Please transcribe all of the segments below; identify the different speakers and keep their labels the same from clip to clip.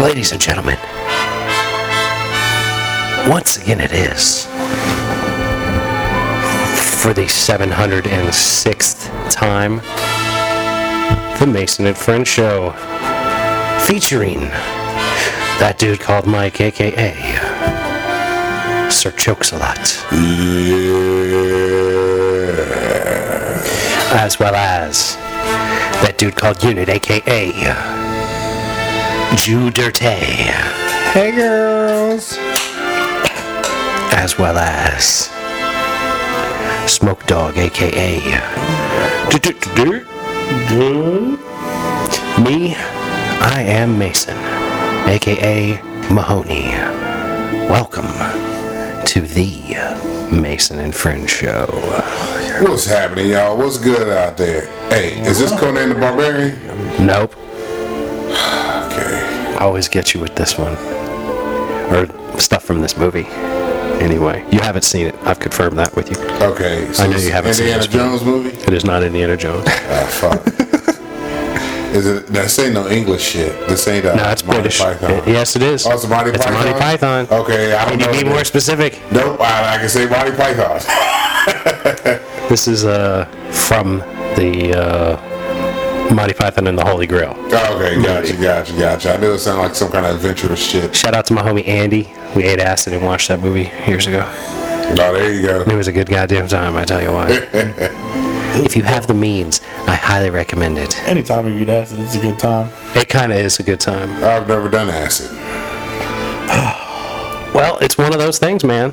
Speaker 1: Ladies and gentlemen, once again it is for the 706th time the Mason and Friend Show featuring that dude called Mike, aka Sir Chokes a lot, as well as that dude called Unit, aka Jew Dirtay.
Speaker 2: Hey girls.
Speaker 1: as well as Smoke Dog, aka me. I am Mason, aka Mahoney. Welcome to the Mason and Friend Show.
Speaker 3: What's happening, y'all? What's good out there? Hey, is this Conan the Barbarian?
Speaker 1: Nope,
Speaker 3: Okay.
Speaker 1: always get you with this one, or stuff from this movie. Anyway, you haven't seen it. I've confirmed that with you.
Speaker 3: Okay. So
Speaker 1: I know
Speaker 3: it's
Speaker 1: you haven't seen
Speaker 3: Indiana
Speaker 1: this
Speaker 3: Jones movie?
Speaker 1: It is not Indiana Jones.
Speaker 3: Ah, fuck. is it? This ain't no English shit. This ain't a
Speaker 1: No, it's
Speaker 3: Monty
Speaker 1: British.
Speaker 3: Python.
Speaker 1: Uh, yes, it is.
Speaker 3: Oh, it's a Monty
Speaker 1: It's a
Speaker 3: Python.
Speaker 1: Monty Python.
Speaker 3: Okay, I
Speaker 1: Can
Speaker 3: don't know.
Speaker 1: you be
Speaker 3: the-
Speaker 1: more specific?
Speaker 3: Nope, I, I can say Monty Python.
Speaker 1: This is uh, from the uh, Monty Python and the Holy Grail.
Speaker 3: Oh, okay, gotcha, gotcha, gotcha. I knew it sounded like some kind of adventurous shit.
Speaker 1: Shout out to my homie Andy. We ate acid and watched that movie years ago.
Speaker 3: Oh, there you go.
Speaker 1: It was a good goddamn time, I tell you why. if you have the means, I highly recommend it.
Speaker 2: Anytime you eat acid, it's a good time.
Speaker 1: It kind of is a good time.
Speaker 3: I've never done acid.
Speaker 1: Well, it's one of those things, man.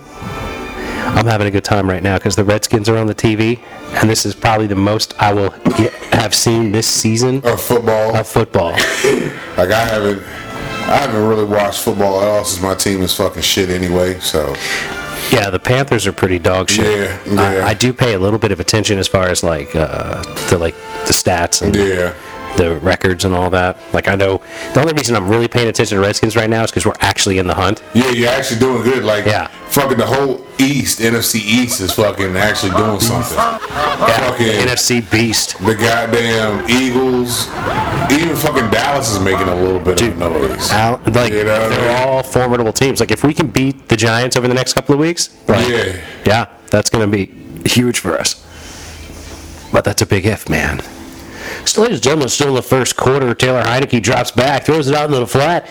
Speaker 1: I'm having a good time right now because the Redskins are on the TV, and this is probably the most I will get, have seen this season
Speaker 3: Or football.
Speaker 1: of football.
Speaker 3: Like I haven't, I haven't really watched football at all since my team is fucking shit anyway. So
Speaker 1: Yeah, the Panthers are pretty dog shit.
Speaker 3: Yeah,
Speaker 1: I-
Speaker 3: yeah.
Speaker 1: I, do pay a little bit of attention as far as like uh, the like the stats and
Speaker 3: yeah,
Speaker 1: the records and all that. Like I know the only reason I'm really paying attention to Redskins right now is because we're actually in the hunt.
Speaker 3: yeah, you're actually doing good. Like
Speaker 1: Yeah.
Speaker 3: fucking the whole East, NFC East is fucking actually doing something. Fucking
Speaker 1: NFC beast.
Speaker 3: the goddamn Eagles, even fucking Dallas is making a little bit of noise.
Speaker 1: Al- Like
Speaker 3: You know what I
Speaker 1: they're
Speaker 3: mean?
Speaker 1: all formidable teams. Like if we can beat the Giants over the next couple of weeks, like,
Speaker 3: Yeah.
Speaker 1: yeah, that's gonna be huge for us. But that's a big if, man. So, ladies and gentlemen, still in the first quarter, Taylor Heineke drops back, throws it out into the flat,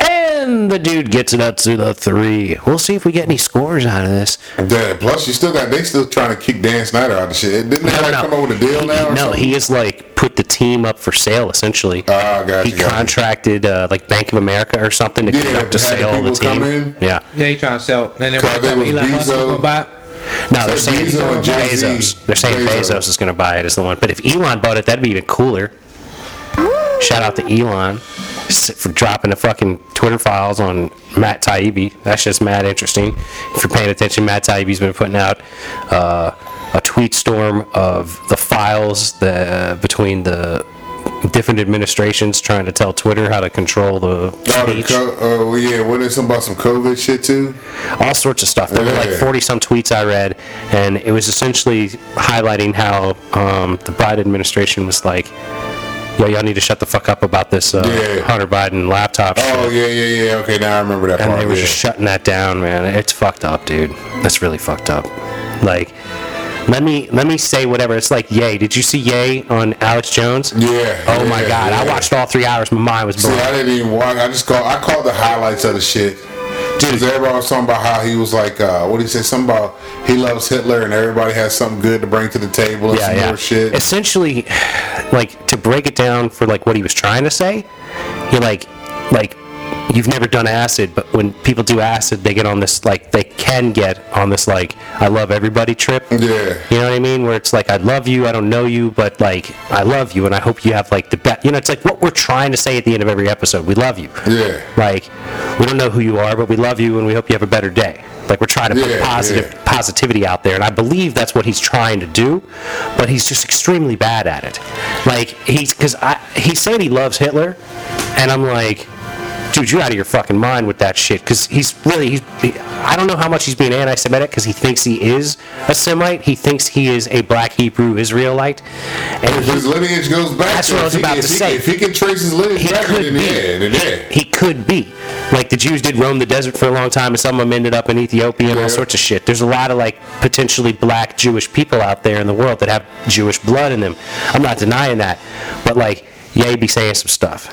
Speaker 1: and the dude gets it up to the three. We'll see if we get any scores out of this.
Speaker 3: Yeah, plus you still got they still trying to kick Dan Snyder out of shit. Didn't they
Speaker 1: No,
Speaker 3: like,
Speaker 1: no.
Speaker 3: come over with a deal
Speaker 1: He-
Speaker 3: now? Or
Speaker 1: no,
Speaker 3: something?
Speaker 1: he is like put the team up for sale essentially.
Speaker 3: Ah, gotcha,
Speaker 1: he
Speaker 3: gotcha.
Speaker 1: contracted uh, like Bank of America or something to
Speaker 3: Yeah,
Speaker 1: conduct a
Speaker 3: to have the
Speaker 1: sale of the
Speaker 3: people
Speaker 1: team.
Speaker 3: come in?
Speaker 1: Yeah.
Speaker 4: Yeah, he trying to sell. And then
Speaker 3: Cause
Speaker 4: by the
Speaker 3: they
Speaker 4: time
Speaker 3: was
Speaker 4: Elon Musk
Speaker 3: Bezos.
Speaker 4: come by,
Speaker 1: No, they're
Speaker 3: So
Speaker 1: saying
Speaker 3: Bezos and Jay-Z.
Speaker 1: Bezos. They're saying Bezos,
Speaker 3: Bezos.
Speaker 1: is going to buy it as the one. But if Elon bought it, that'd be even cooler. Shout out to Elon s- for dropping the fucking Twitter files on Matt Taibbi. That's just mad interesting. If you're paying attention, Matt Taibbi's been putting out uh, a tweet storm of the files that, between the different administrations trying to tell Twitter how to control the
Speaker 3: Oh, the
Speaker 1: speech.
Speaker 3: co- oh, well, yeah, wasn't it something about some COVID shit too?
Speaker 1: all sorts of stuff. There were like
Speaker 3: Yeah.
Speaker 1: 40 some tweets I read, and it was essentially highlighting how um, the Biden administration was like, yo, y'all need to shut the fuck up about this uh,
Speaker 3: Yeah.
Speaker 1: Hunter Biden laptop.
Speaker 3: Oh
Speaker 1: shit.
Speaker 3: yeah, yeah, yeah. Okay, now I remember that
Speaker 1: And
Speaker 3: part.
Speaker 1: they were
Speaker 3: yeah.
Speaker 1: just shutting that down, man. It's fucked up, dude. That's really fucked up. Like, let me let me say whatever. It's like, yay. Did you see Yay on Alex Jones?
Speaker 3: Yeah,
Speaker 1: Oh my
Speaker 3: yeah,
Speaker 1: God! I
Speaker 3: yeah.
Speaker 1: watched all three hours. My mind was
Speaker 3: See,
Speaker 1: blown.
Speaker 3: I didn't even watch. I just called. I called the highlights of the shit. Because everybody was talking about how he was like, uh, what did he say? Something about he loves Hitler and everybody has something good to bring to the table and some more shit.
Speaker 1: Essentially, like to break it down for like what he was trying to say, you're like, like you've never done acid, but when people do acid, they get on this like they can get on this like I love everybody trip.
Speaker 3: yeah.
Speaker 1: You know what I mean? Where it's like I love you, I don't know you, but like I love you, and I hope you have like the best. You know, it's like what we're trying to say at the end of every episode. We love you.
Speaker 3: Yeah.
Speaker 1: Like we don't know who you are, but we love you, and we hope you have a better day. Like we're trying to put
Speaker 3: Yeah,
Speaker 1: positive
Speaker 3: yeah.
Speaker 1: positivity out there, and I believe that's what he's trying to do, but he's just extremely bad at it. Like he's because I he said he loves Hitler, and I'm like, dude, you're out of your fucking mind with that shit. Because he's really, he's, he, I don't know how much he's being anti-Semitic because he thinks he is a Semite. He thinks he is a black Hebrew Israelite, and he,
Speaker 3: His lineage goes back.
Speaker 1: That's
Speaker 3: to-
Speaker 1: what I was
Speaker 3: if he
Speaker 1: about
Speaker 3: can-
Speaker 1: to
Speaker 3: if he
Speaker 1: say.
Speaker 3: can- If he can trace his lineage
Speaker 1: he
Speaker 3: back,
Speaker 1: could
Speaker 3: then
Speaker 1: be.
Speaker 3: yeah, then yeah.
Speaker 1: He could be. Like the Jews did roam the desert for a long time, and some of them ended up in Ethiopia and all
Speaker 3: Yeah.
Speaker 1: sorts of shit. There's a lot of like potentially black Jewish people out there in the world that have Jewish blood in them. I'm not denying that, but like, yeah, he'd be saying some stuff.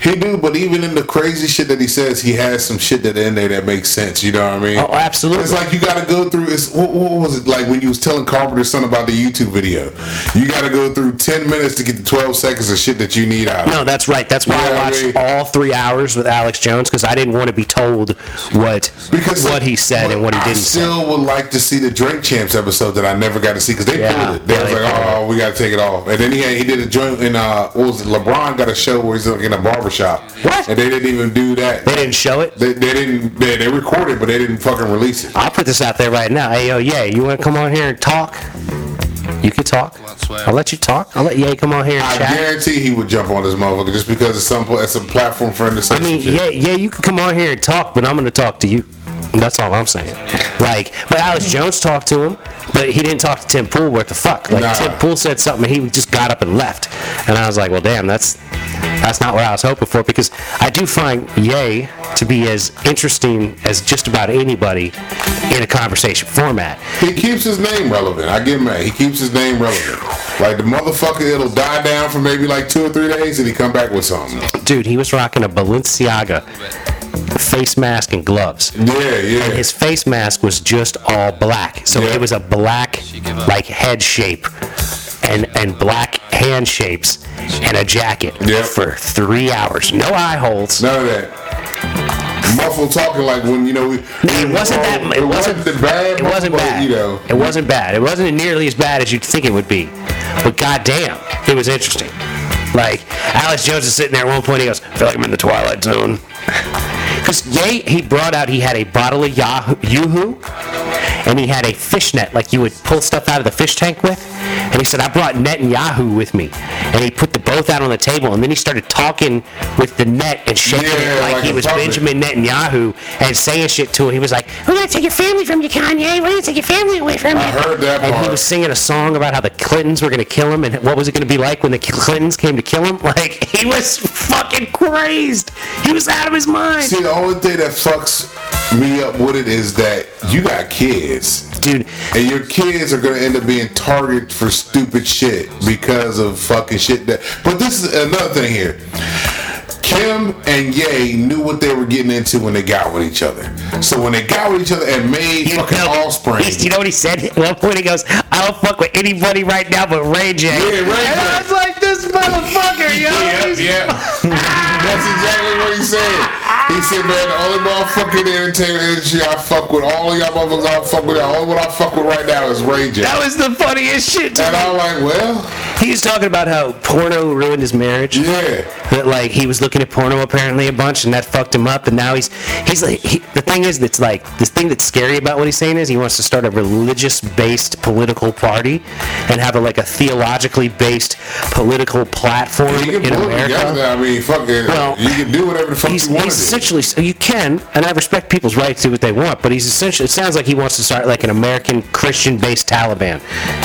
Speaker 3: He do, but even in the crazy shit that he says, he has some shit that in there that makes sense. You know what I mean?
Speaker 1: Oh, absolutely.
Speaker 3: It's like you got to go through. It's what, what was it like when you was telling Carpenter's son about the YouTube video? You got to go through ten minutes to get the twelve seconds of shit that you need out.
Speaker 1: No, that's right. That's why
Speaker 3: Yeah,
Speaker 1: I
Speaker 3: I
Speaker 1: watched
Speaker 3: mean-
Speaker 1: all three hours with Alex Jones because I didn't want to be told what
Speaker 3: Because
Speaker 1: what he said and what he
Speaker 3: I
Speaker 1: didn't say.
Speaker 3: still would like to see the Drake Champs episode that I never got to see because they
Speaker 1: Yeah,
Speaker 3: pulled it. They
Speaker 1: yeah,
Speaker 3: was
Speaker 1: they
Speaker 3: like,
Speaker 1: pulled
Speaker 3: oh, we got to take it off. And then he had, he did a joint in uh, what was it? LeBron got a show where he's like in a barbershop.
Speaker 1: What?
Speaker 3: And they didn't even do that.
Speaker 1: They didn't show it.
Speaker 3: They, they didn't. They, they recorded, but they didn't fucking release it.
Speaker 1: I'll put this out there right now. Hey, yo, yeah, you want to come on here and talk? You can talk. I'll let you talk. I'll let Ye come on here and
Speaker 3: I
Speaker 1: chat.
Speaker 3: guarantee he would jump on this motherfucker just because it's some pla- it's a platform for him to say
Speaker 1: I mean,
Speaker 3: some shit.
Speaker 1: yeah, yeah, you can come on here and talk, but I'm gonna talk to you. That's all I'm saying. Like, but Alex Jones talked to him, but he didn't talk to Tim Pool. What the fuck? Like,
Speaker 3: Nah.
Speaker 1: Tim Pool said something, and he just got up and left. And I was like, well, damn, that's that's not what I was hoping for because I do find Ye to be as interesting as just about anybody in a conversation format.
Speaker 3: He keeps his name relevant. I get mad. He keeps his name relevant. Like the motherfucker, it'll die down for maybe like two or three days, and he come back with something.
Speaker 1: Dude, he was rocking a Balenciaga face mask and gloves.
Speaker 3: Yeah, yeah.
Speaker 1: his face mask was just all black. So
Speaker 3: Yeah.
Speaker 1: it was a black like head shape and and black hand shapes and a jacket
Speaker 3: Yeah.
Speaker 1: for three hours. No eye holes.
Speaker 3: None of that. Muffled talking like when you know we,
Speaker 1: It wasn't that. It wasn't,
Speaker 3: the bad.
Speaker 1: It wasn't
Speaker 3: but,
Speaker 1: bad.
Speaker 3: You know,
Speaker 1: It wasn't bad. It wasn't nearly as bad as you'd think it would be. But goddamn, it was interesting. Like Alex Jones is sitting there at one point. He goes, "I feel like I'm in the twilight zone." Because Ye, he brought out. He had a bottle of Yahoo, Yoo-hoo, and he had a fishnet like you would pull stuff out of the fish tank with. And he said, "I brought net and Yahoo with me." And he put the both out on the table, and then he started talking with the net and shaking
Speaker 3: Yeah,
Speaker 1: it like,
Speaker 3: like
Speaker 1: he
Speaker 3: a
Speaker 1: was
Speaker 3: puppet.
Speaker 1: Benjamin. Benjamin Netanyahu and saying shit to him. He was like, "We're gonna take your family from you, Kanye. We're gonna take your family away from you."
Speaker 3: I heard that
Speaker 1: And he
Speaker 3: part.
Speaker 1: was singing a song about how the Clintons were gonna kill him, and what was it gonna be like when the Clintons came to kill him? Like he was fucking crazed. He was out of his mind,
Speaker 3: see, the only thing that fucks me up with it is that you got kids.
Speaker 1: dude.
Speaker 3: And your kids are gonna end up being targeted for stupid shit because of fucking shit that. But this is another thing here. Kim and Ye knew what they were getting into when they got with each other. So when they got with each other and made fucking offspring,
Speaker 1: he- you know what he said at one point? He goes, "I don't fuck with anybody right now, but Ray J."
Speaker 3: Yeah, Ray
Speaker 1: And I
Speaker 3: J.
Speaker 1: was like, "This motherfucker, yo."
Speaker 3: Yep,
Speaker 1: he's-
Speaker 3: yep. That's exactly what he said. He said, man, the only motherfucker in the entertainment industry I fuck with, all of y'all motherfuckers I fuck with, the only one I fuck with right now is Ray J.
Speaker 1: That was the funniest shit.
Speaker 3: And
Speaker 1: To
Speaker 3: I'm like, well,
Speaker 1: me. He was talking about how porno ruined his marriage.
Speaker 3: yeah.
Speaker 1: that like he was looking at porno apparently a bunch and that fucked him up and now he's he's like he, the thing is that's like the thing that's scary about what he's saying is he wants to start a religious based political party and have a, like a theologically based political platform
Speaker 3: You
Speaker 1: in
Speaker 3: can pull it together.
Speaker 1: America.
Speaker 3: I mean, fuck it.
Speaker 1: Well,
Speaker 3: you can do whatever the fuck
Speaker 1: He's,
Speaker 3: you want
Speaker 1: he's
Speaker 3: to do.
Speaker 1: essentially you can, and I respect people's right to do what they want, but he's essentially it sounds like he wants to start like an American Christian based Taliban,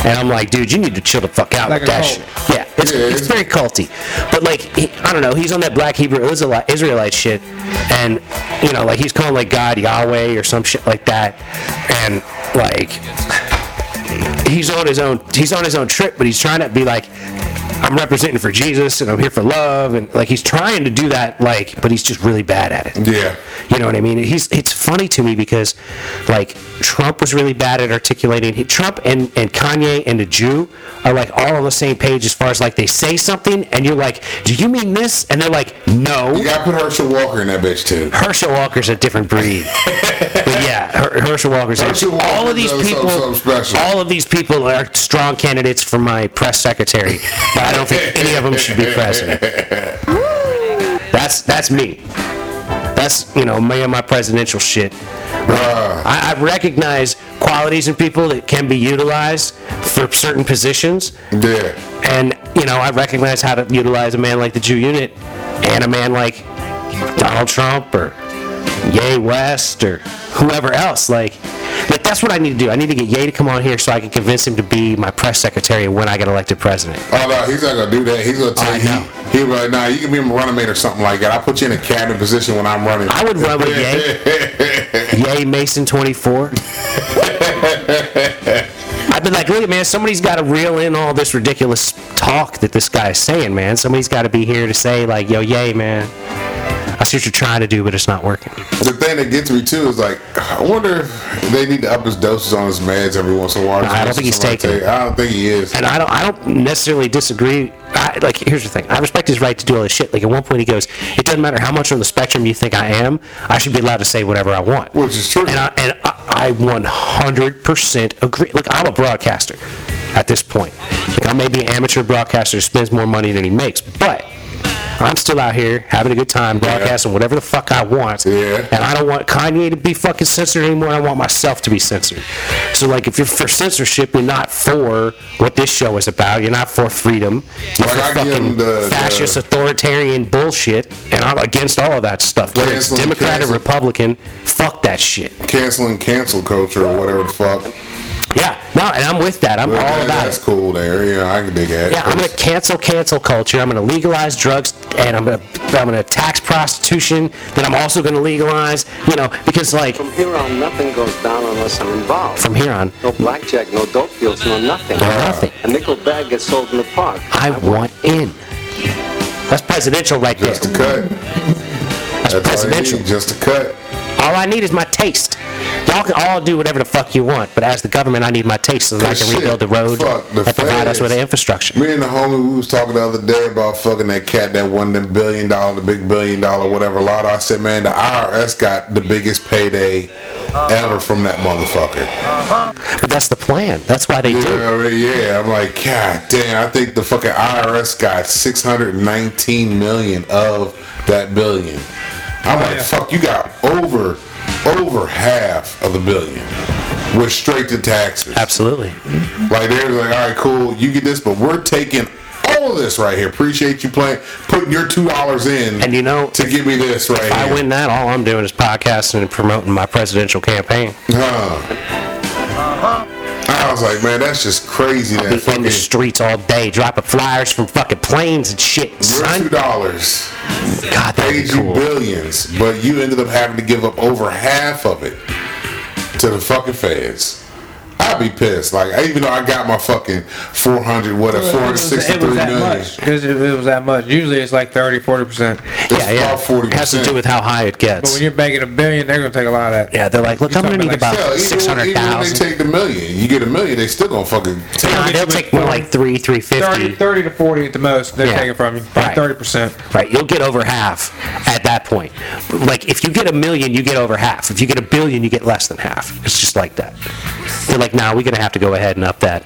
Speaker 1: and I'm like, dude, you need to chill the fuck out
Speaker 2: Like
Speaker 1: with
Speaker 2: a
Speaker 1: that
Speaker 2: cult.
Speaker 1: shit. Yeah, it's,
Speaker 3: Yeah,
Speaker 1: it's
Speaker 3: it's-
Speaker 1: very culty. But like, he, I don't know. He's on that Black Hebrew Israeli- Israelite shit, and you know, like he's calling like God Yahweh or some shit like that, and like he's on his own. He's on his own trip, but he's trying to be like. I'm representing for Jesus and I'm here for love and like he's trying to do that like but he's just really bad at it.
Speaker 3: Yeah.
Speaker 1: You know what I mean? He's it's funny to me because like Trump was really bad at articulating. He, Trump and, and Kanye and the Jew are like all on the same page as far as like they say something and you're like, do you mean this? And they're like,
Speaker 3: You
Speaker 1: no.
Speaker 3: gotta put Herschel Walker in that bitch, too.
Speaker 1: Herschel Walker's a different breed. but yeah, Her- Herschel Walker's.
Speaker 3: Herschel Walker
Speaker 1: all of these
Speaker 3: does
Speaker 1: people,
Speaker 3: something special.
Speaker 1: all of these people are strong candidates for my press secretary. But I don't think any of them should be president. That's that's me. That's you know me and my presidential shit.
Speaker 3: Uh,
Speaker 1: I, I recognize qualities in people that can be utilized for certain positions,
Speaker 3: yeah.
Speaker 1: and you know I recognize how to utilize a man like the Jew unit and a man like Donald Trump or Yay West or whoever else. Like, like that's what I need to do. I need to get Yay to come on here so I can convince him to be my press secretary when I get elected president.
Speaker 3: Oh no, he's not gonna do that. He's gonna
Speaker 1: I
Speaker 3: take
Speaker 1: know.
Speaker 3: he, he like, nah, you can be a running mate or something like that. I put you in a cabinet position when I'm running.
Speaker 1: I would run with Yay. Yay Mason 24. I'd be like, look, man, somebody's got to reel in all this ridiculous talk that this guy is saying, man. Somebody's got to be here to say, like, yo, Yay, man. I see what you're trying to do, but it's not working.
Speaker 3: The thing that gets me too is like, I wonder if they need to up his doses on his meds every once in a while.
Speaker 1: I don't think he's taking it.
Speaker 3: I don't think he is.
Speaker 1: and I don't I don't necessarily disagree. I, like here's the thing: I respect his right to do all this shit. Like at one point he goes, "It doesn't matter how much on the spectrum you think I am. I should be allowed to say whatever I want."
Speaker 3: Which is true.
Speaker 1: And I and I, I 100% agree. Look, I'm a broadcaster at this point. Like I may be an amateur broadcaster who spends more money than he makes, but. I'm still out here having a good time broadcasting whatever the fuck I want.
Speaker 3: Yeah.
Speaker 1: And I don't want Kanye to be fucking censored anymore. I want myself to be censored. So, like, if you're for censorship, you're not for what this show is about. You're not for freedom. You're
Speaker 3: Like, I
Speaker 1: for
Speaker 3: give him
Speaker 1: fucking
Speaker 3: the- the-
Speaker 1: fascist, authoritarian bullshit. And I'm against all of that stuff. Whether it's
Speaker 3: Cancel,
Speaker 1: Democrat or
Speaker 3: cancel.
Speaker 1: Republican, fuck that shit.
Speaker 3: Canceling cancel culture or whatever the fuck.
Speaker 1: Yeah. No, and I'm with that. I'm
Speaker 3: But
Speaker 1: all
Speaker 3: that-
Speaker 1: about
Speaker 3: that's
Speaker 1: it.
Speaker 3: cool there. Yeah, I can dig that.
Speaker 1: Yeah, I'm gonna cancel cancel culture. I'm gonna legalize drugs, and I'm gonna I'm gonna tax prostitution. Then I'm also gonna legalize, you know, because like
Speaker 4: From here on, nothing goes down unless I'm involved.
Speaker 1: from here on,
Speaker 4: No blackjack, no dope deals, no nothing.
Speaker 1: No nothing.
Speaker 4: A nickel bag gets sold in the park.
Speaker 1: I want in. That's presidential right there.
Speaker 3: just a cut. That's,
Speaker 1: presidential.
Speaker 3: All you need, just a cut.
Speaker 1: All I need is my taste. Y'all can all do whatever the fuck you want, but as the government, I need my taste so that I
Speaker 3: Cause
Speaker 1: can
Speaker 3: shit,
Speaker 1: rebuild the road
Speaker 3: fuck the
Speaker 1: and provide us
Speaker 3: feds.
Speaker 1: with the infrastructure.
Speaker 3: Me and the homie, we was talking the other day about fucking that cat that won the billion dollar, the big billion dollar, whatever lotto. I said, man, the IRS got the biggest payday ever from that motherfucker.
Speaker 1: But that's the plan. That's why they do.
Speaker 3: Yeah, I mean, yeah, I'm like, God damn, I think the fucking IRS got 619 million of that billion. I'm like, fuck, you got over, over half of the billion. Went straight to taxes.
Speaker 1: Absolutely.
Speaker 3: Like they're like, all right, cool, you get this, but we're taking all of this right here. Appreciate you playing, putting your two dollars in,
Speaker 1: And you know,
Speaker 3: to give me this right
Speaker 1: I
Speaker 3: here.
Speaker 1: win that. All I'm doing is podcasting and promoting my presidential campaign.
Speaker 3: Huh. I was like, man, that's just crazy.
Speaker 1: Be
Speaker 3: That
Speaker 1: in
Speaker 3: fucking
Speaker 1: the streets all day, dropping flyers from fucking planes and shit,
Speaker 3: your two
Speaker 1: son.
Speaker 3: dollars
Speaker 1: God, that'd
Speaker 3: paid
Speaker 1: be
Speaker 3: you
Speaker 1: cool.
Speaker 3: billions, but you ended up having to give up over half of it to the fucking feds. I'd be pissed. Like, I- even though I got my fucking four hundred, what a four hundred
Speaker 5: it
Speaker 3: sixty-three
Speaker 5: was that
Speaker 3: million.
Speaker 5: much. It was, it was that much. Usually it's like 30, 40%.
Speaker 1: Yeah, yeah.
Speaker 3: about 40%.
Speaker 1: It has to do with how high it
Speaker 5: But
Speaker 1: gets.
Speaker 5: when you're banking a billion, they're going to take a lot of that.
Speaker 1: Yeah, they're like, look, I'm gonna
Speaker 5: talking
Speaker 1: need
Speaker 5: like
Speaker 1: about
Speaker 3: Yeah,
Speaker 1: six
Speaker 3: even,
Speaker 1: hundred
Speaker 3: even when they
Speaker 1: thousand.
Speaker 3: take the million, you get a million, they still gonna fucking take
Speaker 1: Nah, they'll take more like three, three
Speaker 5: 30,
Speaker 1: fifty.
Speaker 5: 30 to 40 at the most, they're
Speaker 1: Yeah.
Speaker 5: taking from you.
Speaker 1: Right.
Speaker 5: About 30%.
Speaker 1: Right, you'll get over half at that point. Like if you get a million, you get over half. If you get a billion, you get less than half. It's just like that. They're like, now nah, we're gonna have to go ahead and up that.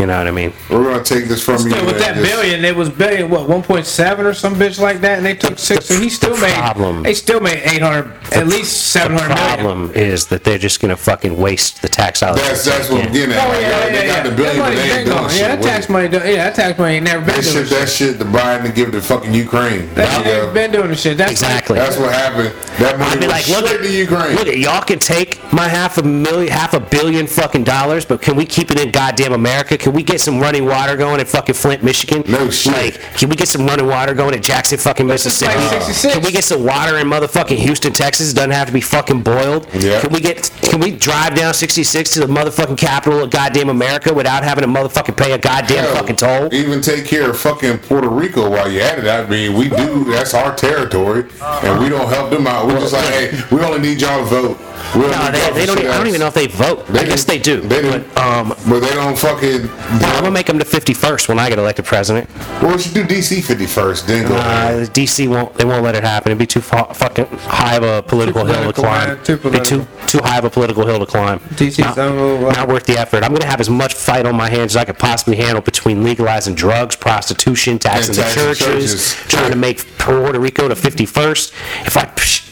Speaker 1: You know what I mean?
Speaker 3: We're gonna take this from you.
Speaker 5: Still, with
Speaker 3: man,
Speaker 5: that
Speaker 3: just-
Speaker 5: billion, it was billion, what, 1.7 or some bitch like that, and they took six, and he still
Speaker 1: the
Speaker 5: made,
Speaker 1: problem-
Speaker 5: they still made 800, at least
Speaker 1: The
Speaker 5: 700 million.
Speaker 1: problem is that they're just gonna fucking waste the tax dollars.
Speaker 3: That's that's what I'm getting at.
Speaker 5: Oh,
Speaker 3: Like,
Speaker 5: yeah, yeah,
Speaker 3: they
Speaker 5: yeah.
Speaker 3: got the
Speaker 5: That
Speaker 3: billion, but
Speaker 5: money
Speaker 3: they
Speaker 5: been
Speaker 3: ain't doing
Speaker 5: gone.
Speaker 3: shit.
Speaker 5: Yeah, that
Speaker 3: with
Speaker 5: tax
Speaker 3: it.
Speaker 5: money, done- yeah, that tax money ain't never been
Speaker 3: That
Speaker 5: doing
Speaker 3: shit, that
Speaker 5: shit.
Speaker 3: shit, to Biden to give to fucking Ukraine.
Speaker 5: That shit ain't been doing the shit. That's
Speaker 1: exactly.
Speaker 3: That's what happened. That money
Speaker 1: I'd be
Speaker 3: went
Speaker 1: like, look,
Speaker 3: straight to Ukraine.
Speaker 1: look, y'all can take my half a million, half a billion fucking dollars, but can we keep it in goddamn America? Can we get some running water going in fucking Flint, Michigan?
Speaker 3: No shit.
Speaker 1: Like, can we get some running water going at Jackson, fucking
Speaker 5: just like
Speaker 1: Mississippi?
Speaker 5: 66.
Speaker 1: Can we get some water in motherfucking Houston, Texas? It doesn't have to be fucking boiled.
Speaker 3: Yeah.
Speaker 1: Can we get? Can we drive down 66 to the motherfucking capital of goddamn America without having to motherfucking pay a goddamn
Speaker 3: Hell,
Speaker 1: fucking toll?
Speaker 3: Even take care of fucking Puerto Rico while you at it. I mean, we do. That's our territory, and we don't help them out. We're just like, hey, we only need y'all to vote. We don't
Speaker 1: No,
Speaker 3: need
Speaker 1: they,
Speaker 3: y'all
Speaker 1: they don't.
Speaker 3: to sit
Speaker 1: Even, I
Speaker 3: down.
Speaker 1: don't even know if they vote. I guess
Speaker 3: do.
Speaker 1: they do.
Speaker 3: They do.
Speaker 1: But, um,
Speaker 3: But they don't fucking.
Speaker 1: no, I'm gonna make them the 51st when I get elected president.
Speaker 3: Well, we should do DC 51st, then go.
Speaker 1: Uh, DC won't. They won't let it happen. It'd be too fa- fucking high of a political, hill to
Speaker 5: political,
Speaker 1: climb.
Speaker 5: man, too
Speaker 1: It'd be too too high of a political hill to climb.
Speaker 5: DC's
Speaker 1: not,
Speaker 5: own little, uh,
Speaker 1: not worth the effort. I'm gonna have as much fight on my hands as I could possibly handle between legalizing drugs, prostitution, taxing
Speaker 3: And
Speaker 1: the
Speaker 3: taxing
Speaker 1: churches,
Speaker 3: churches.
Speaker 1: trying to make Puerto Rico the 51st. If I, psh,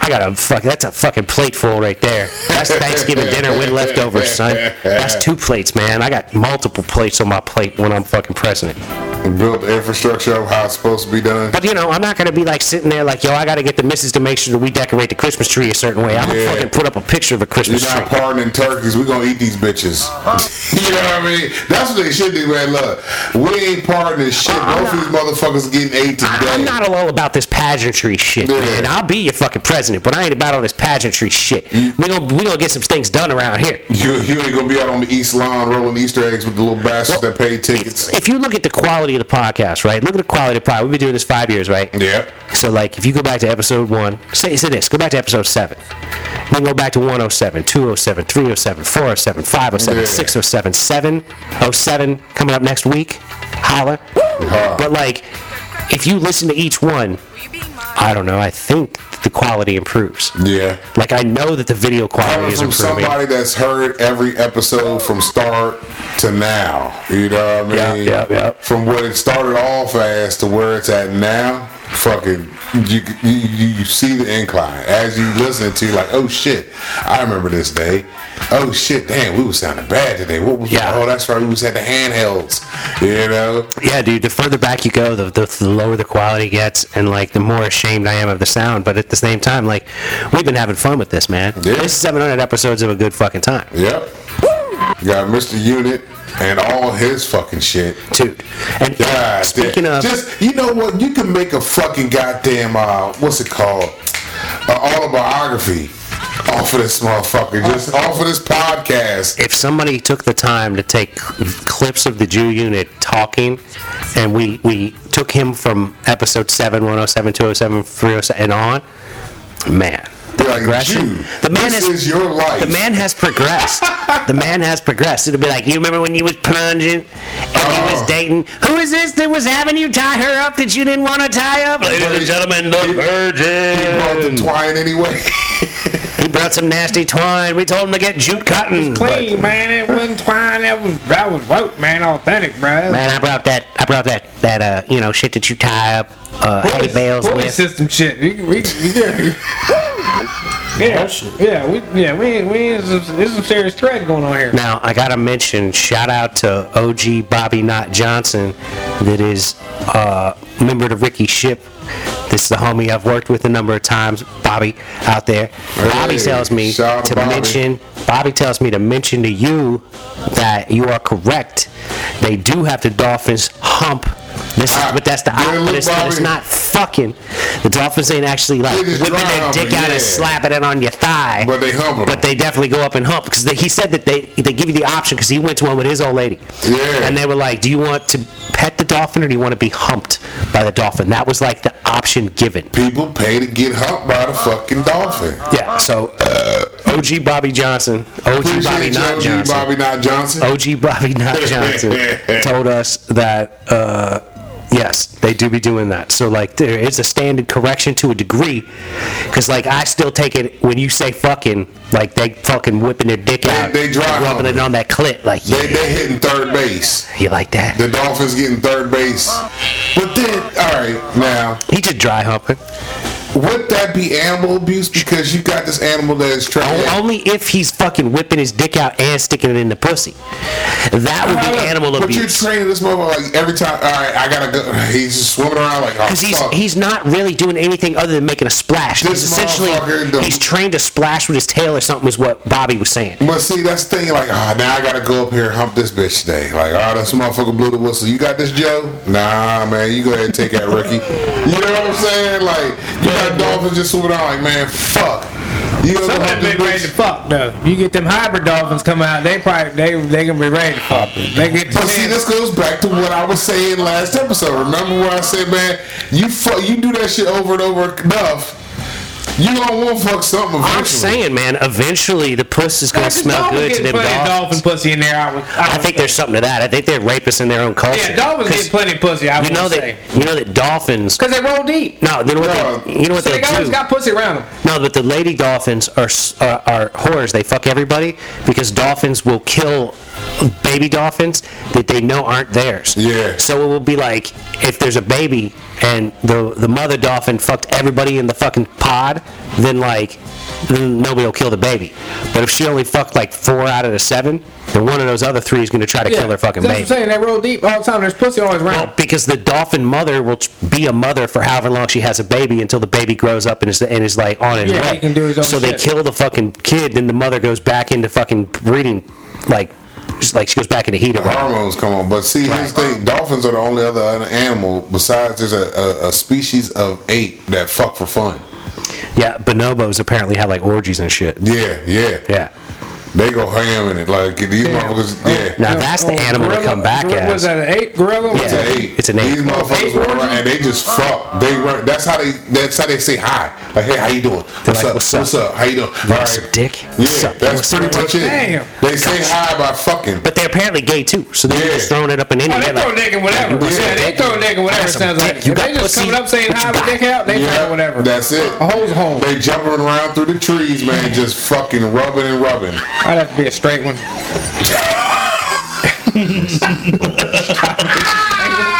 Speaker 1: I got a fuck. That's a fucking plate full right there. That's Thanksgiving dinner with leftovers, son. That's two plates, man. I got multiple plates on my plate when I'm fucking president.
Speaker 3: Build the infrastructure of how it's supposed to be done.
Speaker 1: But you know, I'm not gonna be like sitting there like, yo, I gotta get the missus to make sure that we decorate the Christmas tree a certain way. I'm gonna
Speaker 3: Yeah.
Speaker 1: fucking put up a picture of a
Speaker 3: You're
Speaker 1: Christmas
Speaker 3: not
Speaker 1: tree.
Speaker 3: pardoning turkeys. We're gonna eat these bitches. you know what I mean? That's what they should do, man. Look, we ain't pardoning shit. Both of these motherfuckers getting ate today.
Speaker 1: Uh, I- I'm not all about this pageantry shit,
Speaker 3: Yeah.
Speaker 1: man. I'll be your fucking president, but I ain't about all this pageantry shit. We gonna we gonna get some things done around here.
Speaker 3: You, you ain't gonna be out on the East Lawn rolling Easter eggs with the little bastards that paid tickets.
Speaker 1: If you look at the quality of the podcast, right? Look at the quality of the podcast. We've been doing this five years, right?
Speaker 3: Yeah.
Speaker 1: So, like, if you go back to episode one, say, say this, go back to episode seven. Then go back to 107, 207, 307, 407, 507,
Speaker 3: Yeah.
Speaker 1: 607, 707 coming up next week. Holla.
Speaker 3: Uh-huh.
Speaker 1: But, like, if you listen to each one, I don't know, I think the quality improves.
Speaker 3: Yeah.
Speaker 1: Like, I know that the video quality
Speaker 3: Coming
Speaker 1: is
Speaker 3: from
Speaker 1: improving.
Speaker 3: somebody that's heard every episode from start to now. You know what I mean?
Speaker 1: Yeah, yeah, yeah.
Speaker 3: From what it started off as to where it's at now, fucking, you, you, you you see the incline. As you listen to, you're like, oh shit, I remember this day. Oh shit, damn, we was sounding bad today. What was
Speaker 1: Yeah.
Speaker 3: Oh, that's right, we was at the handhelds. You know?
Speaker 1: Yeah, dude. The further back you go, the, the, the lower the quality gets, and like the more ashamed I am of the sound. But at the same time, like we've been having fun with this, man.
Speaker 3: Yeah.
Speaker 1: This is 700 episodes of a good fucking time,
Speaker 3: Yep. You got Mr. Unit and all his fucking shit.
Speaker 1: dude. And
Speaker 3: God,
Speaker 1: speaking
Speaker 3: damn.
Speaker 1: of,
Speaker 3: just you know what, you can make a fucking goddamn uh, what's it called, an autobiography off of this motherfucker, just off of this podcast.
Speaker 1: if somebody took the time to take cl- clips of the Jew unit talking, and we we took him from episode oh 7, 107, 207, 307, and on, man. The
Speaker 3: You're like,
Speaker 1: progression.
Speaker 3: "Jew,
Speaker 1: The man
Speaker 3: this
Speaker 1: has,
Speaker 3: is your life.
Speaker 1: The man has progressed. the man has progressed. It'll be like, you remember when you was plunging and you
Speaker 3: Oh.
Speaker 1: was dating? Who is this that was having you tie her up that you didn't want to tie up? Ladies and gentlemen, the
Speaker 3: You brought the
Speaker 1: virgin.
Speaker 3: twine anyway.
Speaker 1: He brought some nasty twine. We told him to get jute cotton.
Speaker 5: Clean, man. It wasn't twine. That was that was rope, man. Authentic, bro.
Speaker 1: Man, I brought that. I brought that. That uh, you know, shit that you tie up uh, hay bales
Speaker 5: Pulley
Speaker 1: with.
Speaker 5: system shit. We, we, we- yeah. yeah, yeah, we, yeah, we, ain't- we, ain't- there's some, there's some serious thread going on here.
Speaker 1: Now I gotta mention, shout out to OG Bobby Knott Johnson, that is uh, member to Ricky Ship. This is the homie I've worked with a number of times, Bobby out there. Bobby
Speaker 3: Hey,
Speaker 1: tells me
Speaker 3: shout out
Speaker 1: to
Speaker 3: to Bobby.
Speaker 1: mention. Bobby tells me to mention to you that you are correct. They do have the Dolphins hump. This is,
Speaker 3: Ah,
Speaker 1: but that's the
Speaker 3: good
Speaker 1: out, but
Speaker 3: look,
Speaker 1: it's, but it's
Speaker 3: Bobby.
Speaker 1: not fucking. The Dolphins ain't actually like
Speaker 3: They just
Speaker 1: whipping
Speaker 3: dry
Speaker 1: their
Speaker 3: hump
Speaker 1: dick
Speaker 3: it,
Speaker 1: out
Speaker 3: yeah.
Speaker 1: and slapping it on your thigh.
Speaker 3: But they humble
Speaker 1: But
Speaker 3: them.
Speaker 1: they definitely go up and hump because he said that they they give you the option because he went to one with his old lady.
Speaker 3: Yeah.
Speaker 1: And they were like, "Do you want to pet the dolphin or do you want to be humped by the dolphin?" That was like the option given.
Speaker 3: People pay to get humped by the fucking dolphin.
Speaker 1: Yeah. So OG Bobby Johnson, OG Bobby
Speaker 3: Appreciate
Speaker 1: Not
Speaker 3: you,
Speaker 1: Johnson. Oh,
Speaker 3: Bobby Not Johnson.
Speaker 1: OG Bobby Not Johnson told us that uh, yes, they do be doing that. So like there is a standard correction to a degree, because like I still take it when you say fucking like they fucking whipping their dick out,
Speaker 3: they dry
Speaker 1: and rubbing
Speaker 3: humping.
Speaker 1: it on that clit like
Speaker 3: They,
Speaker 1: yeah,
Speaker 3: they hitting third base.
Speaker 1: you like that.
Speaker 3: The Dolphins getting third base. But then, all right, now
Speaker 1: He just dry humping.
Speaker 3: would that be animal abuse? Because you got this animal that is trying.
Speaker 1: O- Only if he's fucking whipping his dick out and sticking it in the pussy. That would be animal
Speaker 3: but
Speaker 1: abuse.
Speaker 3: you're training this motherfucker like every time. All right, I gotta go. He's just swimming around like oh
Speaker 1: Because he's
Speaker 3: fuck.
Speaker 1: he's not really doing anything other than making a splash. He's
Speaker 3: This
Speaker 1: essentially
Speaker 3: motherfucker, the-
Speaker 1: he's trained to splash with his tail or something. Is what Bobby was saying.
Speaker 3: but see, that's the thing. Like, ah, now I gotta go up here and hump this bitch today. Like, oh, this motherfucker blew the whistle. You got this, Joe? Nah, man. You go ahead and take that, Ricky. You know what I'm saying? Like, you got dolphins just swimming around. Like, man, fuck. You gonna go
Speaker 5: Some of
Speaker 3: hump
Speaker 5: them
Speaker 3: this
Speaker 5: been ready to
Speaker 3: bitch?
Speaker 5: fuck though. You get them hybrid dolphins coming out, they probably they they gonna be ready to fuck. They get
Speaker 3: But see, this goes back to what I was saying last episode. Remember where I said, man, you fuck, you do that shit over and over enough, you don't want to fuck something eventually.
Speaker 1: I'm saying, man, eventually the puss is gonna
Speaker 5: This
Speaker 1: smell
Speaker 5: dolphin
Speaker 1: good to
Speaker 5: getting
Speaker 1: them
Speaker 5: plenty of
Speaker 1: dogs.
Speaker 5: dolphin pussy in there. I, would, I,
Speaker 1: I think there's something to that. I think they're rapists in their own culture.
Speaker 5: yeah, dolphins
Speaker 1: 'Cause
Speaker 5: get plenty of pussy. I
Speaker 1: you
Speaker 5: would
Speaker 1: know
Speaker 5: say
Speaker 1: that you know that dolphins.
Speaker 5: because they roll deep.
Speaker 1: No, you know
Speaker 3: No.
Speaker 1: what they, you know what
Speaker 5: So
Speaker 1: they
Speaker 5: they
Speaker 1: do.
Speaker 5: always got pussy around them.
Speaker 1: No, but the lady dolphins are, s- are are whores. They fuck everybody because dolphins will kill baby dolphins that they know aren't theirs.
Speaker 3: Yeah.
Speaker 1: So it will be like if there's a baby and the the mother dolphin fucked everybody in the fucking pod, then like then nobody will kill the baby. But if she only fucked like four out of the seven, then one of those other three is going to try to
Speaker 5: Yeah,
Speaker 1: kill their fucking
Speaker 5: that's
Speaker 1: baby.
Speaker 5: What I'm saying they roll deep all the time. There's pussy always around.
Speaker 1: Well, because the dolphin mother will t- be a mother for however long she has a baby until the baby grows up and is and is like on and
Speaker 5: Yeah,
Speaker 1: away.
Speaker 5: he can do his own
Speaker 1: so
Speaker 5: shit.
Speaker 1: they kill the fucking kid, then the mother goes back into fucking breeding, like just like she goes back into heat.
Speaker 3: The hormones come on. But see, here's the thing: dolphins are the only other animal besides there's a, a, a species of ape that fuck for fun.
Speaker 1: Yeah, bonobos apparently have like orgies and shit.
Speaker 3: Yeah, yeah,
Speaker 1: Yeah,
Speaker 3: They go ham in it. Like these motherfuckers. Yeah.
Speaker 1: now that's the animal to come back
Speaker 5: uh, gorilla, Was
Speaker 1: as.
Speaker 5: that an ape gorilla? What's
Speaker 1: Yeah.
Speaker 5: that?
Speaker 3: It's an ape.
Speaker 1: It's an ape.
Speaker 3: These motherfuckers
Speaker 5: Ape
Speaker 3: run around
Speaker 5: orgy?
Speaker 3: and they just fuck. They run. That's how they. That's how they say hi. Like, hey, how you doing? What's,
Speaker 1: like,
Speaker 3: up?
Speaker 1: "What's
Speaker 3: what's
Speaker 1: up?"
Speaker 3: up? How you doing?
Speaker 1: What's up, dick?
Speaker 3: Yeah,
Speaker 1: What's up?
Speaker 3: that's
Speaker 1: What's
Speaker 3: pretty
Speaker 1: up,
Speaker 3: much
Speaker 1: dick?
Speaker 3: it.
Speaker 5: Damn.
Speaker 3: They say hi by fucking.
Speaker 1: But they're apparently gay too, so they're
Speaker 3: Yeah.
Speaker 1: just throwing it up in
Speaker 5: Oh,
Speaker 1: India.
Speaker 5: they throw a
Speaker 1: like,
Speaker 5: dick in whatever.
Speaker 3: Yeah.
Speaker 5: Yeah, they throw a dick in whatever.
Speaker 1: Got
Speaker 5: It
Speaker 1: some
Speaker 5: sounds like
Speaker 1: dick, you
Speaker 5: if they
Speaker 1: got
Speaker 5: just
Speaker 1: pussy,
Speaker 5: coming up saying
Speaker 1: what
Speaker 5: hi
Speaker 1: you
Speaker 5: with
Speaker 1: got?
Speaker 5: dick out. They
Speaker 3: Yeah,
Speaker 5: throw whatever.
Speaker 3: That's it.
Speaker 5: a hole's a hole.
Speaker 3: They jumping around through the trees, man, just fucking rubbing and rubbing.
Speaker 5: I'd have to be a straight one.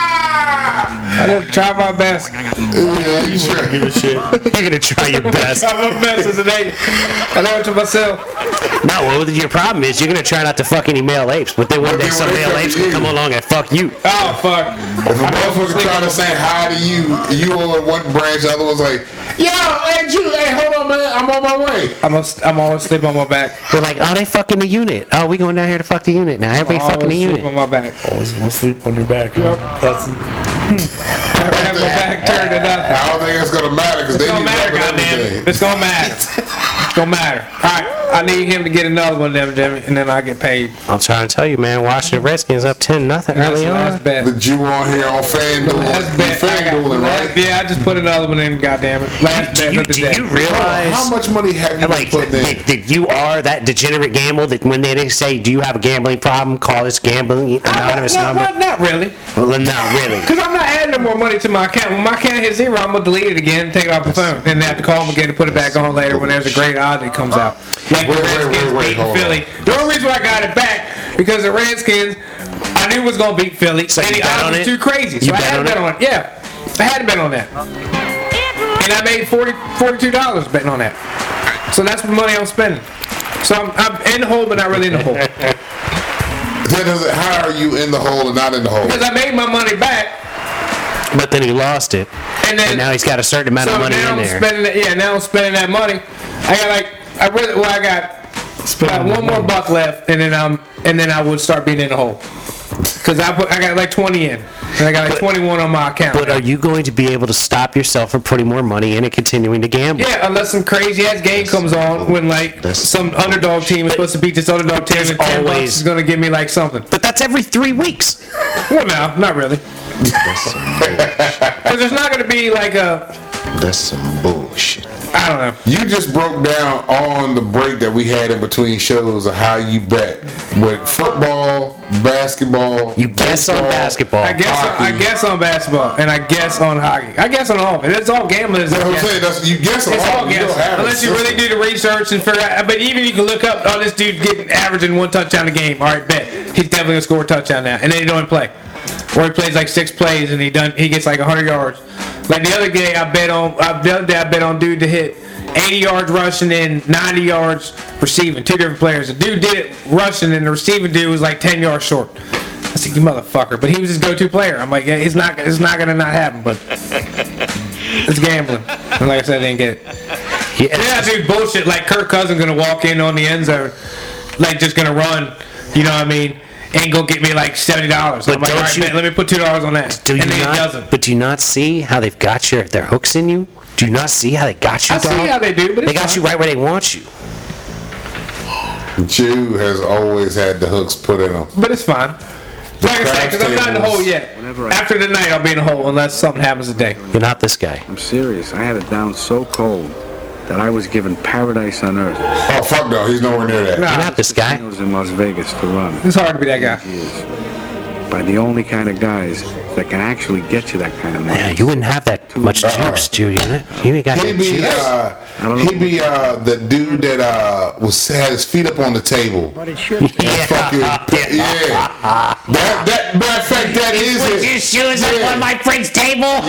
Speaker 5: I just try my best.
Speaker 3: Yeah, sure.
Speaker 2: Give a shit.
Speaker 1: you're gonna try your best.
Speaker 5: Try my best as an ape. I know it to myself.
Speaker 1: no, well, your problem is you're gonna try not to fuck any male apes, but then one
Speaker 3: But
Speaker 1: day
Speaker 3: then
Speaker 1: some
Speaker 3: when they
Speaker 1: male
Speaker 3: come
Speaker 1: apes
Speaker 3: to
Speaker 1: can
Speaker 3: you-
Speaker 1: come along and fuck you.
Speaker 5: Oh fuck.
Speaker 3: If a motherfucker trying to say hi to you, you on one branch, the other one's like, yo, hey, you, hey, hold on, man, I'm on my way.
Speaker 5: I'm a, I'm always sleep on my back.
Speaker 1: We're like, oh, they fucking the unit. Oh, we going down here to fuck the unit now. Everybody fucking the
Speaker 5: always sleep
Speaker 1: unit.
Speaker 5: on my back.
Speaker 2: Always gonna sleep on your back. Huh? That's
Speaker 5: I don't have my back turned to nothing.
Speaker 3: I don't think it's gonna matter because they
Speaker 5: It's gonna
Speaker 3: need to
Speaker 5: matter,
Speaker 3: rub it
Speaker 5: goddamn it.
Speaker 3: everything.
Speaker 5: It's gonna matter. It's gonna matter. All right, I need him to get another one, of them, Jimmy, and then I get paid.
Speaker 1: I'm trying to tell you, man. Washington Redskins up ten nothing
Speaker 5: That's
Speaker 1: early
Speaker 5: the last
Speaker 1: on.
Speaker 5: bet.
Speaker 3: The Jew on here on
Speaker 5: Last
Speaker 3: FanDuel,
Speaker 5: bet. I got-
Speaker 3: FanDuel,
Speaker 5: last-
Speaker 3: right?
Speaker 5: Yeah, I just put another one in. Goddamn it. Last
Speaker 1: Do
Speaker 5: bet
Speaker 1: you,
Speaker 5: of the
Speaker 1: do
Speaker 5: day.
Speaker 1: you
Speaker 3: How
Speaker 1: realize?
Speaker 3: much money have you
Speaker 1: Like
Speaker 3: put in?
Speaker 1: that, that you are that degenerate gamble that when they say, "Do you have a gambling problem?" Call this gambling anonymous
Speaker 5: no,
Speaker 1: number.
Speaker 5: not, not really.
Speaker 1: Well, no, really.
Speaker 5: Because I'm not adding no more money to my account. When my account hits zero, I'm going to delete it again, take it off the phone, and have to call them again to put it back on later when there's a great odd that comes out. Like
Speaker 3: Wait, wait,
Speaker 5: the
Speaker 3: wait,
Speaker 5: Redskins
Speaker 3: wait,
Speaker 5: beating
Speaker 3: hold on.
Speaker 5: Philly. The only reason why I got it back, because the Redskins, I knew was going to beat Philly,
Speaker 1: So
Speaker 5: and
Speaker 1: you
Speaker 5: the
Speaker 1: bet
Speaker 5: odds
Speaker 1: on
Speaker 5: were
Speaker 1: it?
Speaker 5: too crazy. So
Speaker 1: You
Speaker 5: I
Speaker 1: bet
Speaker 5: had
Speaker 1: on
Speaker 5: to bet
Speaker 1: it?
Speaker 5: on it. Yeah. I had to bet on that. And I made 40, $42 betting on that. So that's the money I'm spending. So I'm, I'm in the hole, but not really in the hole.
Speaker 3: That doesn't, how are you in the hole and not in the hole?
Speaker 5: Because I made my money back,
Speaker 1: But then he lost it,
Speaker 5: and then
Speaker 1: and now he's got a certain amount
Speaker 5: So
Speaker 1: of money
Speaker 5: now
Speaker 1: in
Speaker 5: I'm
Speaker 1: there.
Speaker 5: spending that. Yeah, now I'm spending that money. I got like I really well I got about one more buck left, and then I'm and then I would start being in the hole. Cause I put I got like 20 in, and I got like 21 on my account.
Speaker 1: But are you going to be able to stop yourself from putting more money in and continuing to gamble?
Speaker 5: yeah, unless some crazy ass game comes on when like
Speaker 1: That's-
Speaker 5: some underdog team is supposed to beat this underdog team,
Speaker 1: there's
Speaker 5: and 10 bucks
Speaker 1: always-
Speaker 5: is gonna give me like something.
Speaker 1: But that's every three weeks.
Speaker 5: Well, no, not really. Cause there's not gonna be like a
Speaker 6: That's some bullshit.
Speaker 5: I don't know.
Speaker 3: You just broke down on the break that we had in between shows of how you bet with football, basketball.
Speaker 1: You guess on
Speaker 3: baseball.
Speaker 1: basketball.
Speaker 5: I guess I
Speaker 3: Hockey.
Speaker 5: guess on basketball and I guess on hockey. I guess on all. of it. It's all gambling. is
Speaker 3: That's what I'm
Speaker 5: guessing.
Speaker 3: saying. That's, you guess a
Speaker 5: It's
Speaker 3: lot.
Speaker 5: all
Speaker 3: you
Speaker 5: guess.
Speaker 3: don't have a
Speaker 5: Unless you really
Speaker 3: system.
Speaker 5: do the research and figure out. But even you can look up, oh, this dude getting averaging one touchdown a game. All right, bet he's definitely gonna score a touchdown now, and then he don't even play, or he plays like six plays and he done he gets like 100 yards. Like the other day, I bet on I, the other day I bet on dude to hit 80 yards rushing and 90 yards receiving. Two different players. The dude did it rushing, and the receiving dude was like 10 yards short. I said, you motherfucker. But he was his go-to player. I'm like, yeah, it's not, it's not gonna not happen. But it's gambling. And like I said, I didn't get it.
Speaker 1: Yeah.
Speaker 5: Yeah, dude, bullshit. Like Kirk Cousins gonna walk in on the end zone, like just gonna run. You know what I mean? And go get me like seventy dollars.
Speaker 1: But
Speaker 5: I'm like,
Speaker 1: don't
Speaker 5: all right,
Speaker 1: you-
Speaker 5: man, let me put two dollars on that.
Speaker 1: Do you
Speaker 5: and then
Speaker 1: not?
Speaker 5: he doesn't.
Speaker 1: But do you not see how they've got your their hooks in you? Do you not see how they got you?
Speaker 5: I see
Speaker 1: dog?
Speaker 5: how they do, but
Speaker 1: They
Speaker 5: it's
Speaker 1: got
Speaker 5: fine.
Speaker 1: you right where they want you.
Speaker 3: Jew has always had the hooks put in him.
Speaker 5: But it's fine. Like I said,
Speaker 3: crab
Speaker 5: because I'm not in the
Speaker 3: tables.
Speaker 5: hole yet. After tonight, I'll be in the hole unless something happens today.
Speaker 1: You're not this guy.
Speaker 7: I'm serious. I had it down so cold that I was given paradise on earth.
Speaker 3: Oh fuck no, he's nowhere near that.
Speaker 5: Nah,
Speaker 1: You're not this guy.
Speaker 7: I was in Las Vegas to run.
Speaker 5: it's hard to be that guy.
Speaker 7: Years. by the only kind of guys that can actually get you that kind of
Speaker 1: Yeah,
Speaker 7: money.
Speaker 1: you wouldn't have that much juice, dude. You, know? you ain't got
Speaker 3: He
Speaker 1: that
Speaker 3: be,
Speaker 1: juice.
Speaker 3: uh, he be uh, the dude that uh, was had his feet up on the table.
Speaker 1: Yeah.
Speaker 3: Fucking, yeah. That, that, matter of fact, that is
Speaker 1: Put
Speaker 3: it.
Speaker 1: your shoes on
Speaker 3: Yeah.
Speaker 1: one of my friend's table.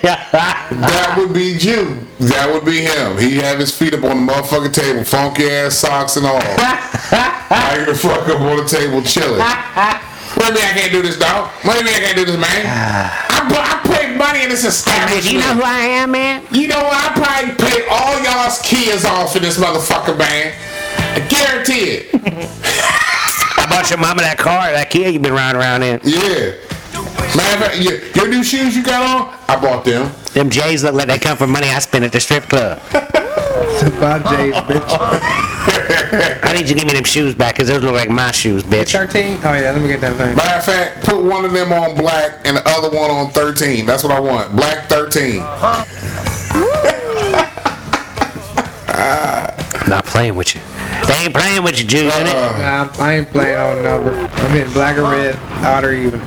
Speaker 3: That would be you. That would be him. He had his feet up on the motherfucking table, funky ass socks and all. I the fuck up on the table chilling. Maybe I can't do this, dog. Maybe I can't do this, man. I, bu- I paid money in this establishment. You know who I am, man? You know what? I probably paid all y'all's kids off for this motherfucker, man. I guarantee it.
Speaker 1: I bought your mama that car, that Kia you've been riding around in.
Speaker 3: Yeah. Matter of fact, your, your new shoes you got on, I bought them.
Speaker 1: Them J's look like they come from money I spent at the strip club.
Speaker 7: Five days, bitch.
Speaker 1: I need you to give me them shoes back, because those look like my shoes, bitch.
Speaker 5: 13? Oh, yeah, let me get that thing.
Speaker 3: Matter of fact, put one of them on black and the other one on 13. That's what I want. Black 13.
Speaker 1: I'm not playing with you. They ain't playing with you, Jews,
Speaker 3: Uh-uh.
Speaker 1: innit?
Speaker 3: Uh,
Speaker 5: Nah, I ain't playing on number. I'm hitting black or red, odd or even.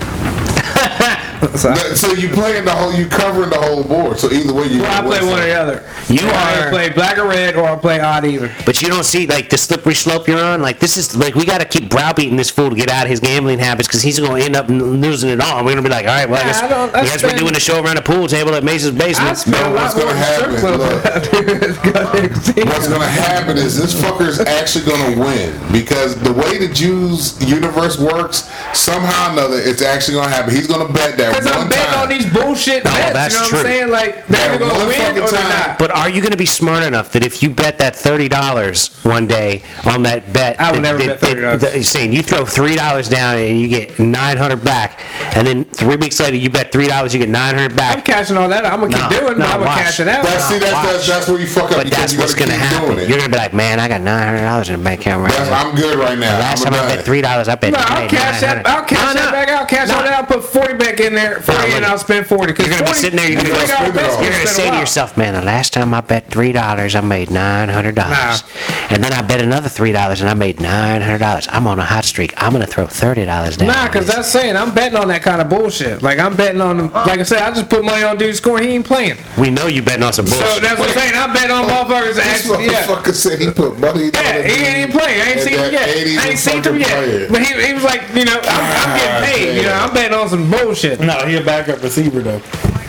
Speaker 5: so,
Speaker 3: That- So you playing the whole, you covering the whole board. So either way, you
Speaker 5: I
Speaker 3: gonna
Speaker 5: play
Speaker 3: win
Speaker 5: one or the other.
Speaker 1: You
Speaker 5: I
Speaker 1: are-
Speaker 5: play black or red, or I play odd even.
Speaker 1: But you don't see, like, the slippery slope you're on. Like, this is, like, we got to keep browbeating this fool to get out of his gambling habits, because he's going to end up n- losing it all. We're going to be like, all right, well, I
Speaker 5: Yeah,
Speaker 1: guess,
Speaker 5: I don't- I
Speaker 1: I guess we're
Speaker 5: spend-
Speaker 1: doing the show around the pool table at Mace's
Speaker 5: I
Speaker 1: basement.
Speaker 5: spent a
Speaker 3: what's
Speaker 5: lot more
Speaker 3: gonna
Speaker 5: in strip
Speaker 3: happen,
Speaker 5: clubs out there. It's goddamn
Speaker 3: something. What's
Speaker 5: serious.
Speaker 3: gonna happen is this fucker's actually gonna win because the way the Jews universe works, somehow or another, it's actually gonna happen. He's gonna bet that
Speaker 5: Cause
Speaker 3: one
Speaker 5: I'm betting
Speaker 3: time.
Speaker 5: on these bullshit
Speaker 1: No,
Speaker 5: bets,
Speaker 1: that's
Speaker 5: you know
Speaker 1: true.
Speaker 5: what I'm saying? Like, they're
Speaker 3: Yeah,
Speaker 5: either gonna
Speaker 3: one
Speaker 5: win
Speaker 3: fucking
Speaker 5: or
Speaker 3: time.
Speaker 5: they're not.
Speaker 1: But are you going to be smart enough that if you bet that thirty dollars one day on that bet,
Speaker 5: I would
Speaker 1: that-
Speaker 5: never
Speaker 1: that-
Speaker 5: bet $30.
Speaker 1: that- that- Saying you throw three dollars down and you get nine hundred back, and then three weeks later you bet three dollars, you get nine hundred
Speaker 5: I'm
Speaker 1: back.
Speaker 5: cashing all that out. I'm gonna keep
Speaker 1: No,
Speaker 5: doing it,
Speaker 1: no,
Speaker 5: but I'm gonna
Speaker 1: watch.
Speaker 5: cash it out.
Speaker 3: that's, see, that's, that's,
Speaker 1: Watch.
Speaker 3: that's where you fuck up
Speaker 1: But
Speaker 3: because
Speaker 1: that's
Speaker 3: you gotta
Speaker 1: what's going to
Speaker 3: keep
Speaker 1: happen.
Speaker 3: doing it.
Speaker 1: You're going to be like, man, I got nine hundred dollars in the bank account right
Speaker 3: That's-
Speaker 1: now.
Speaker 3: I'm good right now.
Speaker 1: Last
Speaker 3: I'm
Speaker 1: time I
Speaker 3: done.
Speaker 1: bet three dollars, I bet.
Speaker 5: No,
Speaker 1: I
Speaker 5: I'll
Speaker 1: made
Speaker 5: cash that.
Speaker 1: $900.
Speaker 5: I'll cash
Speaker 1: No,
Speaker 5: that
Speaker 1: no.
Speaker 5: back out. Cash
Speaker 1: No.
Speaker 5: all that out. Put forty back in there. Forty,
Speaker 1: I'm
Speaker 5: and
Speaker 1: gonna-
Speaker 5: I'll spend forty. Cause
Speaker 1: You're gonna be
Speaker 5: 40
Speaker 1: sitting there, you're
Speaker 5: you
Speaker 1: gonna
Speaker 5: think
Speaker 3: go
Speaker 5: I'll
Speaker 3: spend it
Speaker 5: bet
Speaker 3: all.
Speaker 5: you
Speaker 1: You're gonna
Speaker 5: spend a
Speaker 1: say to
Speaker 5: lot.
Speaker 1: yourself, man, the last time I bet three dollars, I made nine hundred dollars, and then I bet another three dollars, and I made nine hundred dollars. I'm on a hot streak. I'm gonna throw thirty dollars down.
Speaker 5: Nah, cause that's saying I'm betting on that kind of bullshit. Like I'm betting on, them- like I said, I just put money on dude scoring. He ain't playing.
Speaker 1: we know you betting on some
Speaker 5: So
Speaker 1: bullshit.
Speaker 5: that's what I'm saying. I'm betting on motherfuckers.
Speaker 3: This
Speaker 5: that Actually, yeah.
Speaker 3: motherfucker said he put money down.
Speaker 5: Yeah,
Speaker 3: the
Speaker 5: he ain't even playing. I ain't
Speaker 3: and
Speaker 5: seen
Speaker 3: that
Speaker 5: him yet.
Speaker 3: 80
Speaker 5: I ain't seen him
Speaker 3: motherfucker
Speaker 5: yet.
Speaker 3: player.
Speaker 5: But he, he was like, you know, I'm, I'm
Speaker 3: Ah,
Speaker 5: getting paid. You know,
Speaker 3: damn.
Speaker 5: I'm betting on some bullshit.
Speaker 2: No, he a backup receiver though.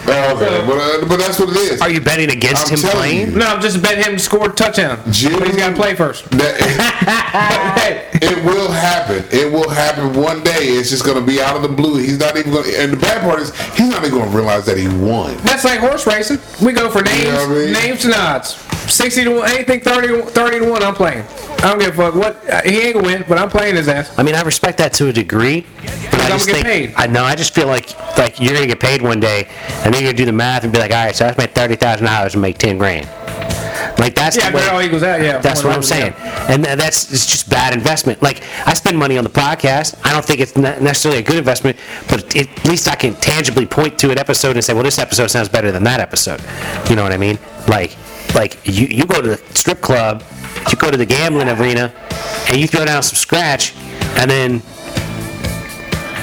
Speaker 3: Oh, okay, but, uh, but that's what it is.
Speaker 1: Are you betting against
Speaker 3: I'm
Speaker 1: him
Speaker 3: telling
Speaker 1: playing?
Speaker 3: you.
Speaker 5: No, I'm just betting him to score a touchdown.
Speaker 3: Jim-
Speaker 5: but he's got to play first.
Speaker 3: That- Ah.
Speaker 5: hey,
Speaker 3: it, it will happen. It will happen one day. It's just gonna be out of the blue. He's not even gonna. And the bad part is, he's not even gonna realize that he won.
Speaker 5: that's like horse racing. We go for names,
Speaker 3: know what I mean?
Speaker 5: names and odds. 60 to 1, anything 30, to- 30 to 1, I'm playing. I don't give a fuck what. uh, He ain't going to win, but I'm playing his ass.
Speaker 1: I mean, I respect that to a degree, but I
Speaker 5: I'm
Speaker 1: just
Speaker 5: gonna get
Speaker 1: think
Speaker 5: paid.
Speaker 1: I know. I just feel like like you're gonna get paid one day, and then you're gonna do the math and be like, all right, so I spent thirty thousand dollars and make ten grand. Like that's
Speaker 5: Yeah,
Speaker 1: the way.
Speaker 5: that all equals that, yeah.
Speaker 1: That's what I'm
Speaker 5: Yeah.
Speaker 1: saying, and tha- that's it's just bad investment. Like I spend money on the podcast. I don't think it's ne- necessarily a good investment, but it, at least I can tangibly point to an episode and say, well, this episode sounds better than that episode. You know what I mean? Like, like you you go to the strip club, you go to the gambling arena, and you throw down some scratch, and then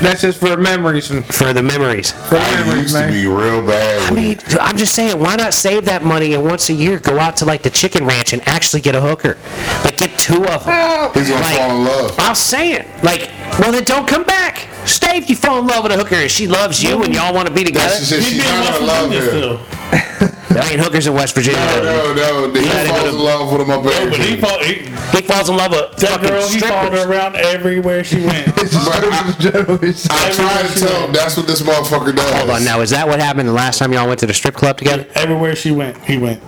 Speaker 5: That's just for memories. and- For
Speaker 1: for the memories.
Speaker 3: I
Speaker 5: memories,
Speaker 3: used to
Speaker 5: man.
Speaker 3: be real bad.
Speaker 1: I
Speaker 3: With
Speaker 1: mean, I'm just saying, why not save that money and once a year go out to like the chicken ranch and actually get a hooker? Like, get two of them.
Speaker 3: He's gonna
Speaker 1: like,
Speaker 3: fall in love.
Speaker 1: I'm saying, like, well, then don't come back. Stay if you fall in love with a hooker and she loves you and y'all want to be together.
Speaker 3: She said
Speaker 2: He
Speaker 3: she's
Speaker 2: been
Speaker 3: not gonna
Speaker 2: West
Speaker 3: love
Speaker 2: Virginia
Speaker 3: him.
Speaker 2: still.
Speaker 1: There ain't hookers in West Virginia. though.
Speaker 3: No, no, no. He
Speaker 1: gotta go
Speaker 3: falls
Speaker 1: to-
Speaker 3: in love with him up
Speaker 2: No, but he
Speaker 3: there.
Speaker 2: fought, he,
Speaker 1: He falls in love with
Speaker 2: that
Speaker 1: fucking
Speaker 2: girl, he followed
Speaker 1: strippers.
Speaker 2: her around everywhere she went.
Speaker 3: But I, I try to tell him that's what this motherfucker does.
Speaker 1: Hold on, now is that what happened the last time y'all went to the strip club together?
Speaker 2: everywhere she went, he went.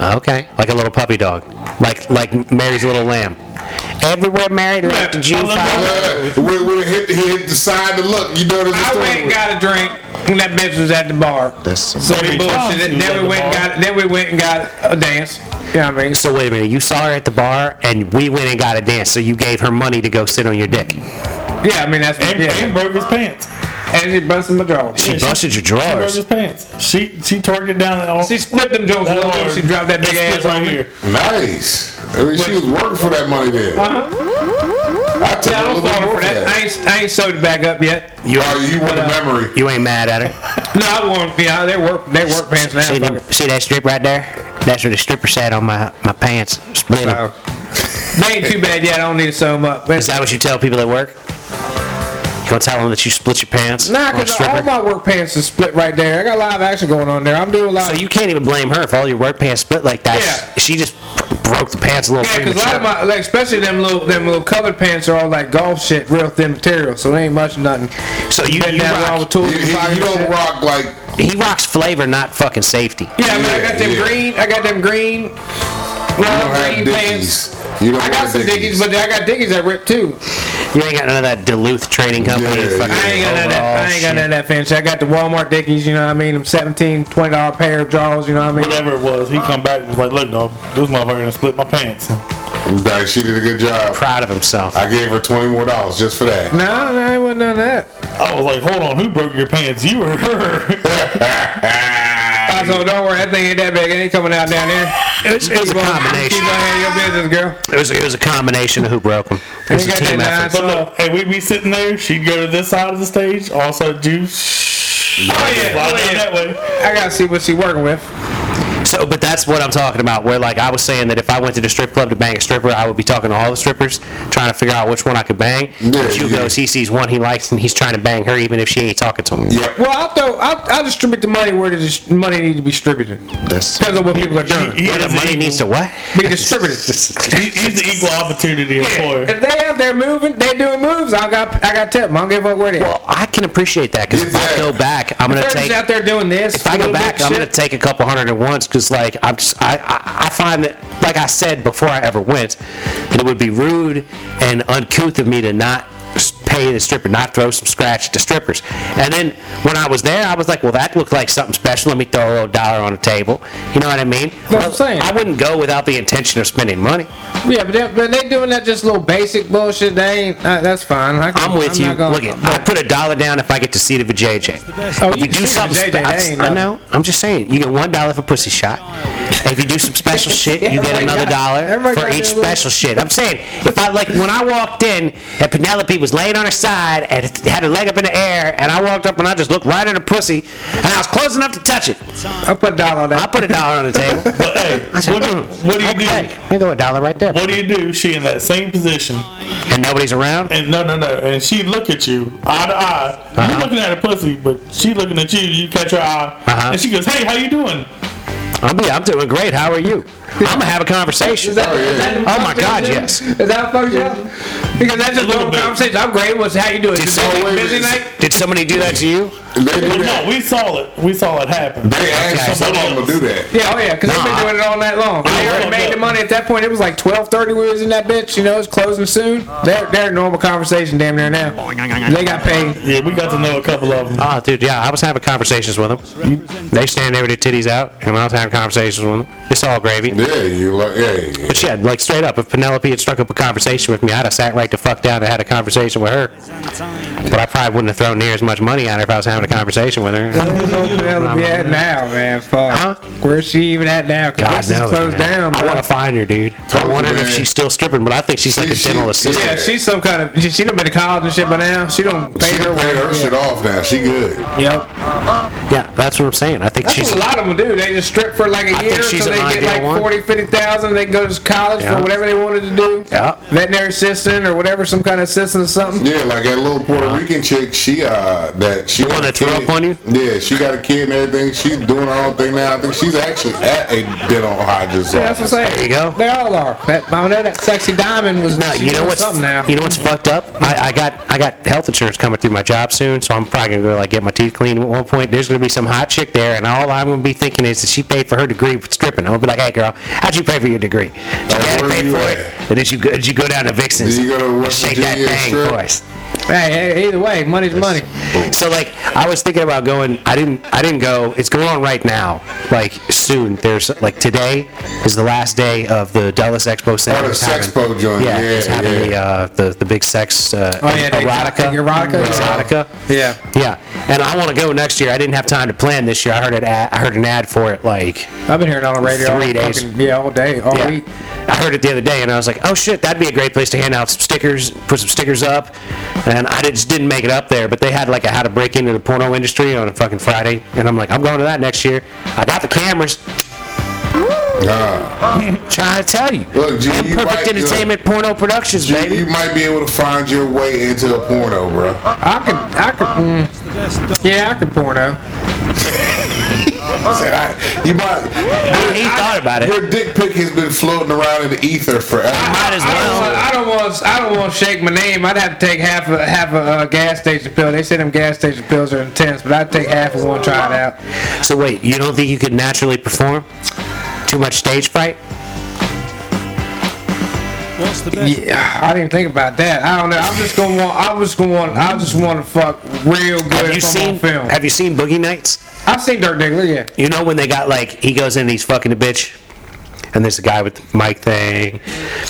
Speaker 1: Okay, like a little puppy dog, like like Mary's little lamb. Everywhere Mary left,
Speaker 2: I
Speaker 1: June
Speaker 2: love
Speaker 1: followed.
Speaker 3: Uh, when, when it hit, he hit the side to look. You know this
Speaker 5: I went
Speaker 3: story.
Speaker 5: and got a drink when that bitch was at the bar.
Speaker 6: That's some
Speaker 5: So we
Speaker 2: Every time she
Speaker 5: bullshit.
Speaker 2: was at
Speaker 5: Then
Speaker 2: the
Speaker 5: we went and
Speaker 2: bar.
Speaker 5: got. Then we went and got a dance. Yeah, I mean,
Speaker 1: So wait a minute, you saw her at the bar, and we went and got a dance. So you gave her money to go sit on your dick.
Speaker 5: yeah, I mean that's
Speaker 2: And, and
Speaker 5: yeah.
Speaker 2: broke his pants.
Speaker 5: And she busted my jaw.
Speaker 1: She busted your
Speaker 2: She broke
Speaker 1: drawers.
Speaker 2: his pants. She she torqued it down. All,
Speaker 5: She split them joints
Speaker 2: that
Speaker 5: a little
Speaker 2: hard.
Speaker 5: bit. She dropped that big
Speaker 2: It split
Speaker 5: ass on
Speaker 2: right
Speaker 5: me.
Speaker 2: here.
Speaker 3: Nice. I mean, she was working for that money then.
Speaker 5: Uh-huh.
Speaker 3: I took
Speaker 5: Yeah, I
Speaker 3: a
Speaker 5: don't
Speaker 3: little bit
Speaker 5: fall
Speaker 3: more
Speaker 5: for that. I ain't, uh, I ain't sewed it back up yet.
Speaker 3: You are you with a memory.
Speaker 1: You ain't mad at her.
Speaker 5: No, I won't. Yeah, they work. They work pants now.
Speaker 1: See, them,
Speaker 5: fucker.
Speaker 1: see that strip right there? That's where the stripper sat on my, my pants. Split 'em.
Speaker 5: So, they ain't too bad yet. I don't need to sew them up. But
Speaker 1: Is that what you tell people at work? You gonna tell them that you split your pants? on
Speaker 5: Nah,
Speaker 1: a
Speaker 5: because
Speaker 1: stripper?
Speaker 5: all my work pants is split right there. I got live action going on there. I'm doing live.
Speaker 1: So you can't even blame her if all your work pants split like that.
Speaker 5: Yeah.
Speaker 1: She just pr- broke the pants a little
Speaker 5: yeah, because a lot
Speaker 1: premature.
Speaker 5: of my, like, especially them little, them little colored pants are all like golf shit, real thin material. So they ain't much nothing.
Speaker 1: So you-
Speaker 5: Bend
Speaker 1: you
Speaker 5: down
Speaker 1: rock-
Speaker 5: all the tools
Speaker 3: You,
Speaker 5: and
Speaker 3: you-
Speaker 5: fire
Speaker 3: you don't
Speaker 5: shit.
Speaker 3: rock like
Speaker 1: he rocks flavor, not fucking safety.
Speaker 5: Yeah, I mean, I got them
Speaker 3: Yeah.
Speaker 5: green. I got them green.
Speaker 3: you don't
Speaker 5: Long
Speaker 3: have
Speaker 5: green Uh, pants.
Speaker 3: dickies. You don't
Speaker 5: I got
Speaker 3: have
Speaker 5: some dickies,
Speaker 3: dickies.
Speaker 5: but I got dickies that rip too.
Speaker 1: You ain't got none of that Duluth training company.
Speaker 3: Yeah,
Speaker 1: fucking
Speaker 5: I ain't got none of that.
Speaker 1: overalls,
Speaker 5: I ain't got
Speaker 1: shit.
Speaker 5: none of that fancy. I got the Walmart dickies. You know what I mean? Them 17 twenty dollar pair of drawers. You know what I mean?
Speaker 2: Whatever it was, he come back and was like, look, dog, this motherfucker gonna split my pants.
Speaker 3: Dang, she did a good job.
Speaker 1: Proud of himself.
Speaker 3: I gave her twenty more dollars just for that.
Speaker 5: No, no, it wasn't none of that.
Speaker 2: I was like, hold on, who broke your pants? You or her?
Speaker 5: I told, don't worry, that thing ain't that big. It ain't coming out down there.
Speaker 1: It was, it was a
Speaker 5: Keep on-
Speaker 1: combination.
Speaker 5: Keep on handling your business, girl.
Speaker 1: It was, it was a combination of who broke them. It was
Speaker 5: You
Speaker 1: a
Speaker 5: got
Speaker 1: team
Speaker 5: that
Speaker 1: effort.
Speaker 5: nice-
Speaker 2: but look, and we'd be sitting there, she'd go to this side of the stage, also juice.
Speaker 5: Oh yeah,
Speaker 2: Slide
Speaker 5: oh,
Speaker 2: down
Speaker 5: yeah.
Speaker 2: that way.
Speaker 5: I gotta see what she working with.
Speaker 1: So, but that's what I'm talking about. Where like I was saying that if I went to the strip club to bang a stripper, I would be talking to all the strippers, trying to figure out which one I could bang.
Speaker 3: Yeah,
Speaker 1: but you
Speaker 3: yeah.
Speaker 1: goes, he sees one he likes, and he's trying to bang her, even if she ain't talking to him.
Speaker 3: Yep.
Speaker 5: Well, I'll throw, I'll, I'll distribute the money where the dis- money needs to be distributed.
Speaker 6: That's
Speaker 5: Depends on what people are doing.
Speaker 2: He
Speaker 1: Where
Speaker 2: is
Speaker 1: the money
Speaker 2: equal-
Speaker 1: needs to what?
Speaker 5: Be distributed.
Speaker 2: he- He's an equal opportunity employer.
Speaker 5: If they out there moving, they doing moves. I got, I got tip. I don't give a fuck where they. are.
Speaker 1: Well, I can appreciate that because if I go back, I'm gonna
Speaker 5: They're
Speaker 1: take.
Speaker 5: just out there doing this.
Speaker 1: If I go
Speaker 5: little
Speaker 1: back,
Speaker 5: bit
Speaker 1: I'm
Speaker 5: shit.
Speaker 1: gonna take a couple hundred at once because, like, I'm just, I, I I find that, like I said before I ever went, that it would be rude and uncouth of me to not s- pay the stripper, not throw some scratch to strippers. And then when I was there, I was like, well, that looked like something special. Let me throw a little dollar on the table. You know what I mean?
Speaker 5: what I'm saying.
Speaker 1: I wouldn't go without the intention of spending money.
Speaker 5: Yeah, but they, but they doing that just little basic bullshit. They ain't. Uh, that's fine. I can,
Speaker 1: I'm with you.
Speaker 5: not gonna-
Speaker 1: Look, it, I put a dollar down if I get to see the vajayjay.
Speaker 5: Oh,
Speaker 1: If you do something
Speaker 5: JJ,
Speaker 1: special,
Speaker 5: that ain't
Speaker 1: I
Speaker 5: nothing.
Speaker 1: know. I'm just saying, you get one dollar for pussy shot. If you do some special shit, you get
Speaker 5: Everybody
Speaker 1: another
Speaker 5: got-
Speaker 1: dollar
Speaker 5: everybody
Speaker 1: for
Speaker 5: got
Speaker 1: each
Speaker 5: their little-
Speaker 1: special shit. I'm saying, if I like when I walked in and Penelope was laying on her side and had her leg up in the air, and I walked up and I just looked right at her pussy, and I was close enough to touch it.
Speaker 5: I put a dollar on
Speaker 1: I
Speaker 5: that.
Speaker 1: put a dollar on the table.
Speaker 2: But hey,
Speaker 1: I said,
Speaker 2: what,
Speaker 1: "Mm,
Speaker 2: what do you
Speaker 1: okay,
Speaker 2: do?
Speaker 1: Let me throw a dollar right there,
Speaker 2: What do you do? She in that same position,
Speaker 1: and nobody's around.
Speaker 2: and no, no, no, and she look at you eye to eye. You're looking at her pussy, but she looking at you. You catch her eye,
Speaker 1: Uh-huh.
Speaker 2: and she goes, "Hey, how you doing?"
Speaker 1: I'm, yeah, I'm doing great. How are you? I'm gonna have a conversation.
Speaker 5: Is that- is that
Speaker 1: Oh my God, yes.
Speaker 5: Is that fucked up? Because that's just a little
Speaker 2: bit.
Speaker 5: conversation. I'm great. What's how you doing?
Speaker 1: Did
Speaker 5: Just like
Speaker 1: somebody,
Speaker 5: busy night.
Speaker 1: did somebody do that to you?
Speaker 3: They
Speaker 2: But
Speaker 3: do
Speaker 2: no,
Speaker 3: that.
Speaker 2: we saw it. We saw it happen.
Speaker 3: They asked
Speaker 1: Okay.
Speaker 3: someone to do that.
Speaker 5: Yeah, oh yeah, because they've
Speaker 1: Nah, I-
Speaker 5: been doing it all night long. They already
Speaker 2: look,
Speaker 5: made the
Speaker 2: look.
Speaker 5: money at that point. It was like twelve thirty. We was in that bitch. You know, it's closing soon. They're they're a normal conversation damn near now. They got paid.
Speaker 2: Yeah, we got to know a couple of them.
Speaker 1: Oh, dude, yeah, I was having conversations with them. They stand there with their titties out, and I was having conversations with them. It's all gravy.
Speaker 3: Yeah, you like hey.
Speaker 1: But yeah, like straight up, if Penelope had struck up a conversation with me, I'd have sat right the fuck down and had a conversation with her. But I probably wouldn't have thrown near as much money at her if I was having a conversation with her.
Speaker 5: Where's old Penelope at now, man? Fuck.
Speaker 1: Huh?
Speaker 5: Where's she even at now?
Speaker 1: God
Speaker 5: Cause this is
Speaker 1: knows.
Speaker 5: closed
Speaker 1: man.
Speaker 5: down,
Speaker 1: I want
Speaker 5: bro.
Speaker 1: to find her, dude. I
Speaker 3: Totally,
Speaker 1: wonder if
Speaker 3: man.
Speaker 1: she's still stripping, but I think she's like a
Speaker 3: She- she-
Speaker 1: dental
Speaker 5: Yeah,
Speaker 1: assistant.
Speaker 5: she's some kind of. She, she done been to college and shit by now. She don't pay
Speaker 3: She
Speaker 5: her
Speaker 3: done
Speaker 5: way.
Speaker 3: paid her shit off now. She good.
Speaker 5: Yep.
Speaker 1: Yeah, that's what I'm saying. I think
Speaker 5: That's
Speaker 1: she's.
Speaker 5: what a lot of them do. They just strip for like a
Speaker 1: I think
Speaker 5: year,
Speaker 1: she's
Speaker 5: so they
Speaker 1: an
Speaker 5: get
Speaker 1: ideal
Speaker 5: like
Speaker 1: one.
Speaker 5: forty, fifty thousand. They go to college
Speaker 1: Yeah.
Speaker 5: for whatever they wanted to do.
Speaker 1: Yeah.
Speaker 5: Veterinary assistant or whatever, some kind of assistant or something.
Speaker 3: Yeah, like that little Puerto Rican chick. She uh, that she
Speaker 1: Uh-huh. one
Speaker 3: got a
Speaker 1: that threw
Speaker 3: kid.
Speaker 1: up on you?
Speaker 3: Yeah, she got a kid and everything. She's doing her own thing now. I think she's actually at a dental hygienist.
Speaker 5: Yeah, that's what I'm
Speaker 3: office.
Speaker 5: saying.
Speaker 1: There you go.
Speaker 5: They all are. That, I know that sexy diamond was.
Speaker 1: No,
Speaker 5: she
Speaker 1: you know
Speaker 5: doing
Speaker 1: what's
Speaker 5: Something now.
Speaker 1: you know what's fucked up? I, I got I got health insurance coming through my job soon, so I'm probably gonna go like get my teeth cleaned. At one point, there's gonna be some hot chick there, and all I'm gonna be thinking is that she paid for her degree with stripping. I'm gonna be like, hey girl, how'd you pay for your degree? Did your daddy
Speaker 3: Uh, where
Speaker 1: pay
Speaker 3: you
Speaker 1: for
Speaker 3: at?
Speaker 1: it? And did you go, did you go down to Vixen's?
Speaker 3: Did you go to
Speaker 1: and
Speaker 3: West
Speaker 1: shake that
Speaker 3: Virginia
Speaker 1: thing
Speaker 3: strip? Oh.
Speaker 1: for us?
Speaker 5: Hey, hey, either way, money's money.
Speaker 1: So like I was thinking about going. I didn't. I didn't go. It's going on right now. Like soon. There's like today is the last day of the Dallas Expo Center.
Speaker 3: Oh, the
Speaker 1: It's having-
Speaker 3: Sexpo joint.
Speaker 1: Yeah, it's
Speaker 3: Yeah,
Speaker 1: having
Speaker 3: yeah.
Speaker 1: The, uh, the the big sex uh,
Speaker 5: Oh, yeah, they-
Speaker 1: erotica.
Speaker 5: erotica.
Speaker 1: Exotica.
Speaker 5: Yeah.
Speaker 1: Yeah, and I want to go next year. I didn't have time to plan this year. I heard it. Ad, I heard an ad for it like
Speaker 5: I've been hearing it on the radio
Speaker 1: Three
Speaker 5: all
Speaker 1: days.
Speaker 3: Oh,
Speaker 5: Fucking, yeah, all day, all
Speaker 1: yeah.
Speaker 5: week.
Speaker 1: I heard it the other day, and I was like, "Oh shit, that'd be a great place to hand out some stickers, put some stickers up." And I just didn't make it up there, but they had like a how to break into the porno industry on a fucking Friday, and I'm like, "I'm going to that next year." I got the cameras.
Speaker 3: Nah.
Speaker 1: Trying to tell you,
Speaker 3: Look, G, you
Speaker 1: Perfect
Speaker 3: might-
Speaker 1: Entertainment Porno Productions,
Speaker 3: G,
Speaker 1: baby.
Speaker 3: you might be able to find your way into a porno, bro.
Speaker 5: I could, I could, mm, yeah, I could porno.
Speaker 3: I said, I, you might.
Speaker 1: he thought about it.
Speaker 3: Your dick pic has been floating around in the ether forever.
Speaker 1: Might as
Speaker 5: I don't, want,
Speaker 1: well.
Speaker 5: I don't want, I don't want to shake my name. I'd have to take half a half a uh, gas station pill. They say them gas station pills are intense, but I'd take half of one, try it out.
Speaker 1: So wait, you don't think you could naturally perform? Too much stage fright?
Speaker 5: Yeah, I didn't think about that. I don't know. I'm just gonna want. I was gonna want. I just want to fuck real
Speaker 1: Have
Speaker 5: good
Speaker 1: you
Speaker 5: if I'm
Speaker 1: seen
Speaker 5: on film.
Speaker 1: Have you seen Boogie Nights?
Speaker 5: I've seen Dirk Diggler. Yeah.
Speaker 1: You know when they got like he goes in, and he's fucking a bitch, and there's a guy with the mic thing,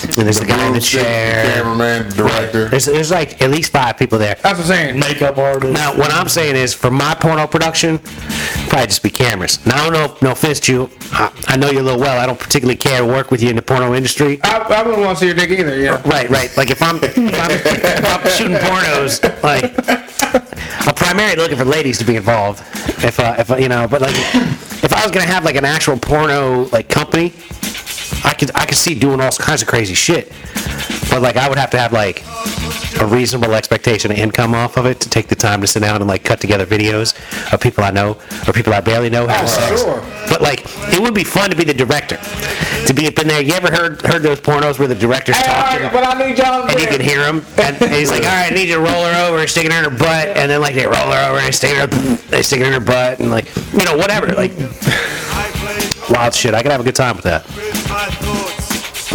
Speaker 1: and there's the, guy in the
Speaker 3: Broomstick,
Speaker 1: chair.
Speaker 3: Cameraman, director.
Speaker 1: There's there's like at least five people there.
Speaker 5: That's what I'm saying.
Speaker 2: Makeup artist.
Speaker 1: Now what I'm saying is for my porno production, probably just be cameras. Now I don't know no fist you. I, I know you a little well. I don't particularly care to work with you in the porno industry.
Speaker 5: I, I wouldn't want to see your dick either. Yeah.
Speaker 1: Right, right. Like if I'm, if I'm, if I'm shooting pornos, like I'm primarily looking for ladies to be involved. If uh, if uh, you know, but like if I was gonna have like an actual porno like company, I could I could see doing all kinds of crazy shit. But like I would have to have like a reasonable expectation of income off of it to take the time to sit down and like cut together videos of people I know or people I barely know having sex.
Speaker 5: Oh, sure.
Speaker 1: But like it would be fun to be the director. To be up in there, you ever heard heard those pornos where the director's
Speaker 5: Hey, all
Speaker 1: talking?
Speaker 5: right, but I need y'all.
Speaker 1: and you
Speaker 5: there.
Speaker 1: can hear him. And, and he's like, "All right, I need you to roll her over and stick it in her butt." And then like they roll her over and stick her, they stick it in her butt, and like you know whatever, like wild shit. I could have a good time with that.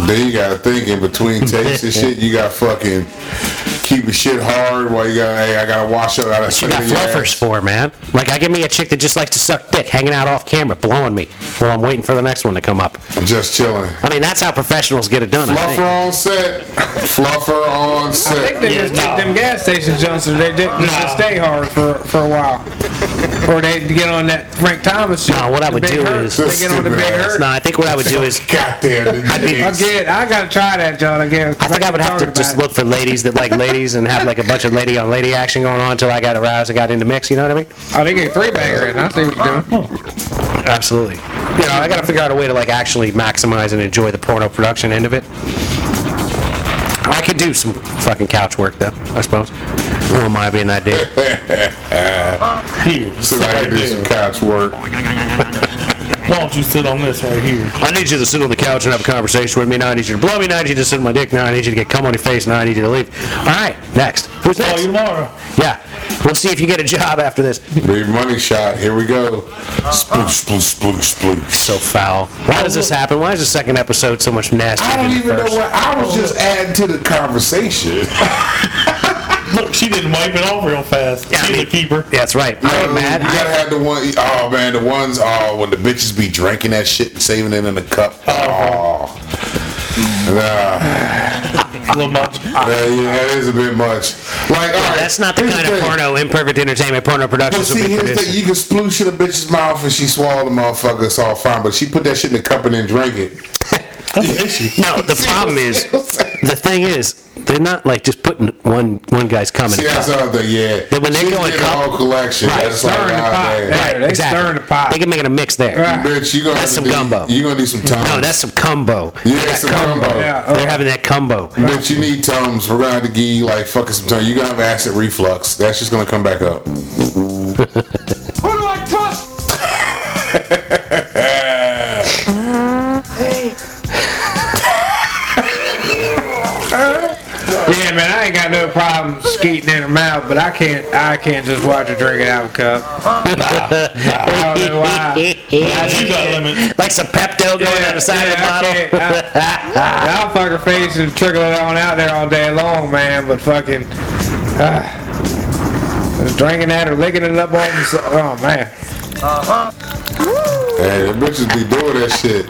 Speaker 3: Then you gotta think in between takes and shit, you gotta fucking keep the shit hard while you gotta, hey, I gotta wash up. I gotta
Speaker 1: What you got
Speaker 3: clean your ass.
Speaker 1: fluffers for, man? Like I give me a chick that just likes to suck dick, hanging out off camera, blowing me while I'm waiting for the next one to come up.
Speaker 3: I'm just chilling.
Speaker 1: I mean, that's how professionals get it done. I think.
Speaker 3: Fluffer on set. Fluffer on
Speaker 5: I think
Speaker 3: set.
Speaker 5: they just
Speaker 1: Yeah,
Speaker 5: take
Speaker 1: no.
Speaker 5: them gas station Johnson. They did just to stay hard for for a while, or they get on that Frank Thomas. Shit,
Speaker 1: No, what I
Speaker 5: the
Speaker 1: would
Speaker 5: Big
Speaker 1: do
Speaker 5: Hurt.
Speaker 1: is-
Speaker 5: they get on the big
Speaker 3: Stupid ass.
Speaker 5: hurt.
Speaker 1: No, I think what I would do is
Speaker 3: Goddamn.
Speaker 5: I
Speaker 3: the
Speaker 5: get. I gotta try that, John. Again,
Speaker 1: I think I would have to just look for ladies that like ladies and have like a bunch of lady on lady action going on until I got aroused and got into mix. You know what I mean?
Speaker 5: Oh, they get three bagger, and I see what you're
Speaker 1: Oh,
Speaker 5: doing.
Speaker 1: Absolutely. You know, I got to figure out a way to like actually maximize and enjoy the porno production end of it. I could do some fucking couch work though, I suppose. Who am I being that dude?
Speaker 2: Here,
Speaker 3: So
Speaker 2: sit
Speaker 3: I
Speaker 2: right
Speaker 3: can do some
Speaker 2: there.
Speaker 3: couch work.
Speaker 1: Oh
Speaker 2: Why don't you sit on this right here?
Speaker 1: I need you to sit on the couch and have a conversation with me. Now I need you to blow me. Now I need you to sit on my dick. Now I need you to get cum on your face. Now I need you to leave. All right, next. Who's
Speaker 2: Call you
Speaker 1: next?
Speaker 2: tomorrow.
Speaker 1: Yeah, we'll see if you get a job after this.
Speaker 3: Big money shot. Here we go. Sploosh, sploosh, sploosh, sploosh.
Speaker 1: So foul. Why does this happen? Why is the second episode so much nastier?
Speaker 3: I
Speaker 1: than
Speaker 3: don't
Speaker 1: the
Speaker 3: even know
Speaker 1: first?
Speaker 3: what. I was just adding to the conversation.
Speaker 2: Look, she didn't wipe it off real fast.
Speaker 1: Yeah, I
Speaker 2: She's
Speaker 1: mean-
Speaker 2: a keeper.
Speaker 1: Yeah, that's right. I ain't
Speaker 3: Um,
Speaker 1: mad.
Speaker 3: You
Speaker 1: I-
Speaker 3: gotta have the one oh man, the ones oh when the bitches be drinking that shit and saving it in a cup. Oh, nah,
Speaker 2: A little much.
Speaker 3: that, yeah, that is a bit much. Like, all right,
Speaker 1: That's not the
Speaker 3: here's
Speaker 1: kind of
Speaker 3: thing.
Speaker 1: porno imperfect entertainment porno
Speaker 3: But
Speaker 1: productions
Speaker 3: see,
Speaker 1: will be
Speaker 3: here's the thing:
Speaker 1: producing.
Speaker 3: you can sploosh in a bitch's mouth and she swallow the motherfucker. It's all fine, but she put that shit in the cup and then drank it.
Speaker 2: That's an issue.
Speaker 1: No, the problem is, the thing is, they're not like just putting one one guy's cum in
Speaker 3: See,
Speaker 1: a
Speaker 3: that's
Speaker 1: cup.
Speaker 3: the other thing. Yeah,
Speaker 1: Then when they
Speaker 3: she
Speaker 1: go in
Speaker 3: did the
Speaker 1: cup-
Speaker 3: whole collection.
Speaker 1: Right,
Speaker 3: That's like,
Speaker 5: stirring the pot.
Speaker 3: ah, man.
Speaker 5: Right. They stirring the pot.
Speaker 1: They can make it a mix there.
Speaker 5: Right.
Speaker 3: bitch, you gonna
Speaker 1: That's some
Speaker 3: have to do,
Speaker 1: gumbo.
Speaker 3: You gonna need some time.
Speaker 1: No, that's some combo.
Speaker 3: yeah, that's some
Speaker 1: oh,
Speaker 3: gumbo.
Speaker 5: Oh, Yeah.
Speaker 1: They're having that combo.
Speaker 3: But you need Tums. We're gonna have to give you like fucking some Tums. You're gonna have acid reflux. That's just gonna come back up. Who do I trust?
Speaker 5: Yeah, man, I ain't got no problem skeeting in her mouth, but I can't. I can't just watch her drink it out of a cup. I don't know why.
Speaker 2: You got limits.
Speaker 1: like some Pepto going down the side of the bottle.
Speaker 5: I can't. I, I'll fuck her face and trickle it on out there all day long, man. But fucking, ah, just drinking that or licking it up on. the- Oh man,
Speaker 3: hey, the bitches be doing that shit.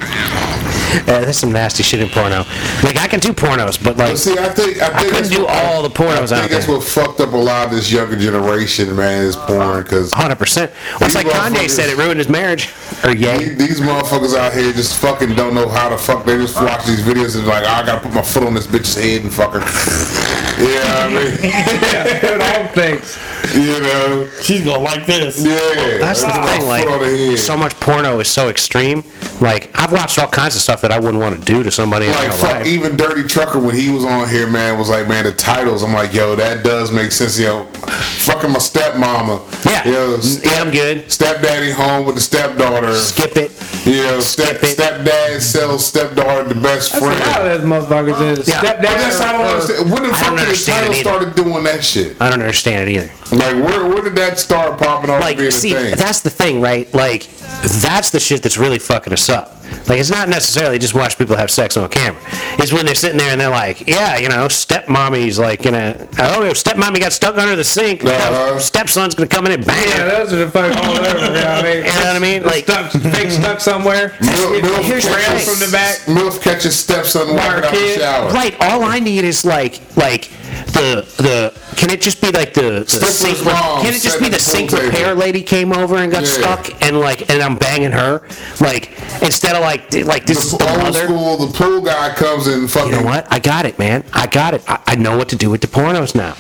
Speaker 1: Uh, there's some nasty shit in porno. Like I can do pornos, but like
Speaker 3: But see, I think I
Speaker 1: I
Speaker 3: think
Speaker 1: couldn't
Speaker 3: that's
Speaker 1: do
Speaker 3: what-
Speaker 1: all the pornos
Speaker 3: I
Speaker 1: out
Speaker 3: think that's
Speaker 1: there.
Speaker 3: what fucked up a lot of this younger generation, man, is porn. Because
Speaker 1: Hundred percent. Well, it's like
Speaker 3: These
Speaker 1: Kanye said,
Speaker 3: motherfuckers-
Speaker 1: it ruined his marriage. or Ye.
Speaker 3: These these motherfuckers out here just fucking don't know how to fuck. They just watch these videos and like, I gotta put my foot on this bitch's head and fuck her. yeah,
Speaker 5: All things.
Speaker 3: I mean, you know,
Speaker 2: She's gonna like this.
Speaker 3: yeah.
Speaker 1: That's the
Speaker 3: Put
Speaker 1: thing.
Speaker 3: my foot on the
Speaker 1: Like,
Speaker 3: head.
Speaker 1: so much porno is so extreme. Like, I've watched all kinds of stuff that I wouldn't want to do to somebody in
Speaker 3: Like
Speaker 1: real
Speaker 3: fuck,
Speaker 1: life.
Speaker 3: even Dirty Trucker when he was on here, man, was like, man, the titles. I'm like, yo, that does make sense. Yo, fucking my stepmama.
Speaker 1: Yeah.
Speaker 3: You know,
Speaker 1: yeah, I'm good.
Speaker 3: stepdaddy home with the stepdaughter.
Speaker 1: Skip it.
Speaker 3: You know, step
Speaker 1: Skip it.
Speaker 3: stepdad sells stepdaughter the best
Speaker 5: That's
Speaker 3: friend.
Speaker 5: how those motherfuckers is.
Speaker 1: Yeah.
Speaker 5: Step
Speaker 3: But that's I
Speaker 5: down.
Speaker 3: don't
Speaker 5: or-
Speaker 3: understand. When
Speaker 1: I
Speaker 3: the
Speaker 1: don't
Speaker 3: fuck did the
Speaker 1: understand
Speaker 3: title
Speaker 1: it either.
Speaker 3: started doing that shit?
Speaker 1: I don't understand it either.
Speaker 3: Like where where did that start popping off
Speaker 1: like
Speaker 3: being
Speaker 1: see
Speaker 3: a thing?
Speaker 1: that's the thing right like that's the shit that's really fucking us up like it's not necessarily just watch people have sex on camera it's when they're sitting there and they're like yeah you know stepmommy's like you know oh your stepmommy got stuck under the sink
Speaker 3: Uh-huh.
Speaker 1: now stepson's gonna come in and bang
Speaker 5: Yeah,
Speaker 1: her.
Speaker 5: those are the fucking all over. You know what I mean?
Speaker 1: You know what I mean?
Speaker 5: It's
Speaker 1: Like-
Speaker 5: stuck, fake stuck somewhere.
Speaker 3: Milf, Milf
Speaker 1: here's the
Speaker 3: catches-
Speaker 1: thing.
Speaker 5: from the back.
Speaker 3: Milf catches stepson
Speaker 5: Our
Speaker 3: walking out the
Speaker 5: kid.
Speaker 3: shower.
Speaker 1: right all i need is like like the the can it just be like the, the
Speaker 3: Stifler's
Speaker 1: sink
Speaker 3: mom
Speaker 1: can it just
Speaker 3: sat
Speaker 1: be
Speaker 3: at
Speaker 1: the
Speaker 3: the
Speaker 1: sink
Speaker 3: pool table.
Speaker 1: repair lady came over and got
Speaker 3: Yeah.
Speaker 1: stuck and like and i'm banging her like instead of like d- like this is the
Speaker 3: The old
Speaker 1: mother
Speaker 3: school, the pool guy comes in fucking.
Speaker 1: you know what? I got it, man. I got it. I, I know what to do with the pornos now.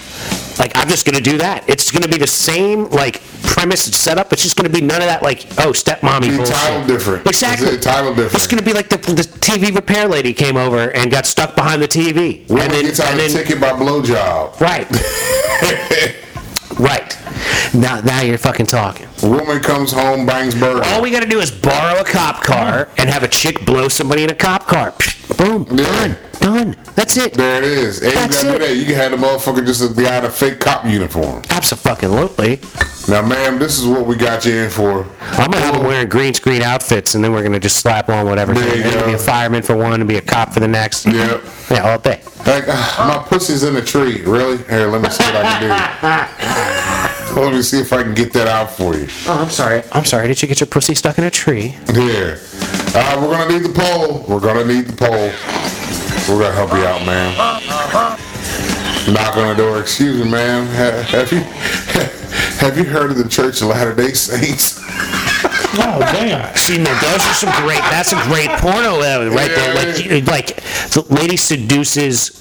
Speaker 1: Like I'm just gonna do that. It's gonna be the same like premise and setup. It's just gonna be none of that like oh stepmommy.
Speaker 3: The
Speaker 1: bullshit.
Speaker 3: title different.
Speaker 1: Exactly.
Speaker 3: It's the title different.
Speaker 1: It's gonna be like the, the TV repair lady came over and got stuck behind the TV.
Speaker 3: Woman
Speaker 1: and then,
Speaker 3: gets out
Speaker 1: and
Speaker 3: of
Speaker 1: then
Speaker 3: ticket by blowjob.
Speaker 1: right, right. Now now you're fucking talking.
Speaker 3: Woman comes home, bangs burger.
Speaker 1: All we gotta do is borrow a cop car and have a chick blow somebody in a cop car. Psh, Boom.
Speaker 3: Yeah.
Speaker 1: Done. Done. That's it.
Speaker 3: there it is. And you
Speaker 1: That's
Speaker 3: gotta do
Speaker 1: it.
Speaker 3: that. You can have the motherfucker just behind a fake cop uniform.
Speaker 1: Absolutely.
Speaker 3: Now, ma'am, this is what we got you in for.
Speaker 1: I'm gonna have them wearing green screen outfits, and then we're gonna just slap on whatever.
Speaker 3: There you
Speaker 1: There's gonna
Speaker 3: go.
Speaker 1: be a fireman for one, and be a cop for the next.
Speaker 3: Yep.
Speaker 1: Yeah, all day.
Speaker 3: Like, ah, my pussy's in a tree. Really? Here, let me see what I can do. let me see if I can get that out for you.
Speaker 1: Oh, I'm sorry. I'm sorry. Did you get your pussy stuck in a tree?
Speaker 3: Yeah. Uh, we're gonna need the poll. We're gonna need the poll. We're gonna help you out, man. Knock on the door. Excuse me, ma'am. Ha- Have you have you heard of the Church of Latter Day Saints?
Speaker 2: Oh damn.
Speaker 1: See, no, those are some great. That's a great porno uh, right there. Like, you- like the lady seduces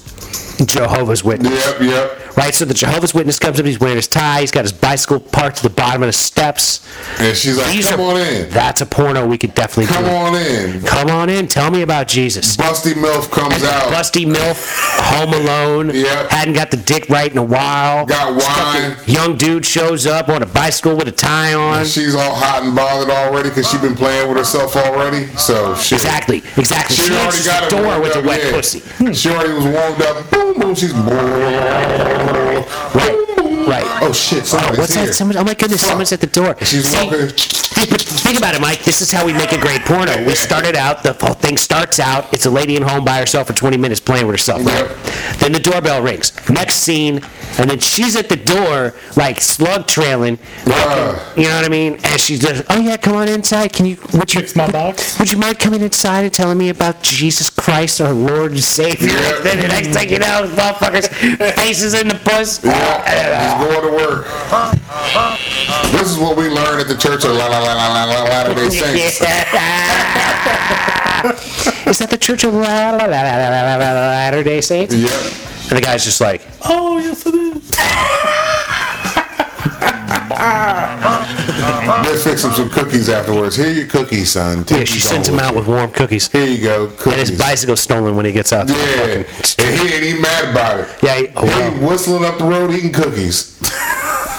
Speaker 1: Jehovah's Witness.
Speaker 3: yep, yep.
Speaker 1: Right, so the Jehovah's Witness comes up. He's wearing his tie. He's got his bicycle parked at the bottom of the steps.
Speaker 3: And she's like,
Speaker 1: These
Speaker 3: "Come
Speaker 1: are-
Speaker 3: on in.
Speaker 1: That's a porno we could definitely
Speaker 3: Come
Speaker 1: do.
Speaker 3: on in."
Speaker 1: Come on in. Tell me about Jesus.
Speaker 3: Busty Milf comes out.
Speaker 1: Busty MILF, Home Alone.
Speaker 3: Yep.
Speaker 1: Hadn't got the dick right in a while.
Speaker 3: Got wine.
Speaker 1: Young dude shows up on a bicycle with a tie on.
Speaker 3: She's all hot and bothered already because she's been playing with herself already. So shit.
Speaker 1: Exactly, exactly. She, enters the
Speaker 3: it
Speaker 1: door
Speaker 3: warmed
Speaker 1: with a
Speaker 3: up,
Speaker 1: wet
Speaker 3: yeah.
Speaker 1: pussy.
Speaker 3: She already was warmed up. Boom, boom. She's
Speaker 1: Right, right.
Speaker 3: Oh shit!
Speaker 1: Oh,
Speaker 3: Somebody's
Speaker 1: what's
Speaker 3: here.
Speaker 1: that? Someone, oh my goodness,
Speaker 3: Fuck.
Speaker 1: someone's at the door.
Speaker 3: She's
Speaker 1: See,
Speaker 3: walking.
Speaker 1: Hey, but think about it, Mike. This is how we make a great porno. We started out, the whole thing starts out, it's a lady in home by herself for 20 minutes playing with herself, right? Then the doorbell rings. Next scene, and then she's at the door, like slug trailing.
Speaker 3: Bruh.
Speaker 1: You know what I mean? And she just, oh yeah, come on inside. Can you, would you,
Speaker 2: Fix my box.
Speaker 1: would you mind coming inside and telling me about Jesus Christ, our Lord and Savior?
Speaker 3: Yeah.
Speaker 1: Then the next thing you know, motherfuckers, faces in the puss.
Speaker 3: Yeah, he's going to work. This is what we learned at the church of La La La La La La Latter Day Saints.
Speaker 1: Is that the Church of La La La La La La La Latter Day Saints?
Speaker 3: Yep.
Speaker 1: And the guy's just like,
Speaker 2: Oh yes it is.
Speaker 3: Let's fix him some cookies afterwards. Here are your cookies, son. Take
Speaker 1: yeah, she
Speaker 3: these
Speaker 1: sends him
Speaker 3: over.
Speaker 1: out with warm cookies.
Speaker 3: Here you go,
Speaker 1: And his
Speaker 3: cookies.
Speaker 1: bicycle's stolen when he gets out.
Speaker 3: yeah, and he ain't even mad about it.
Speaker 1: Yeah, he- oh, wow.
Speaker 3: He whistling up the road eating cookies.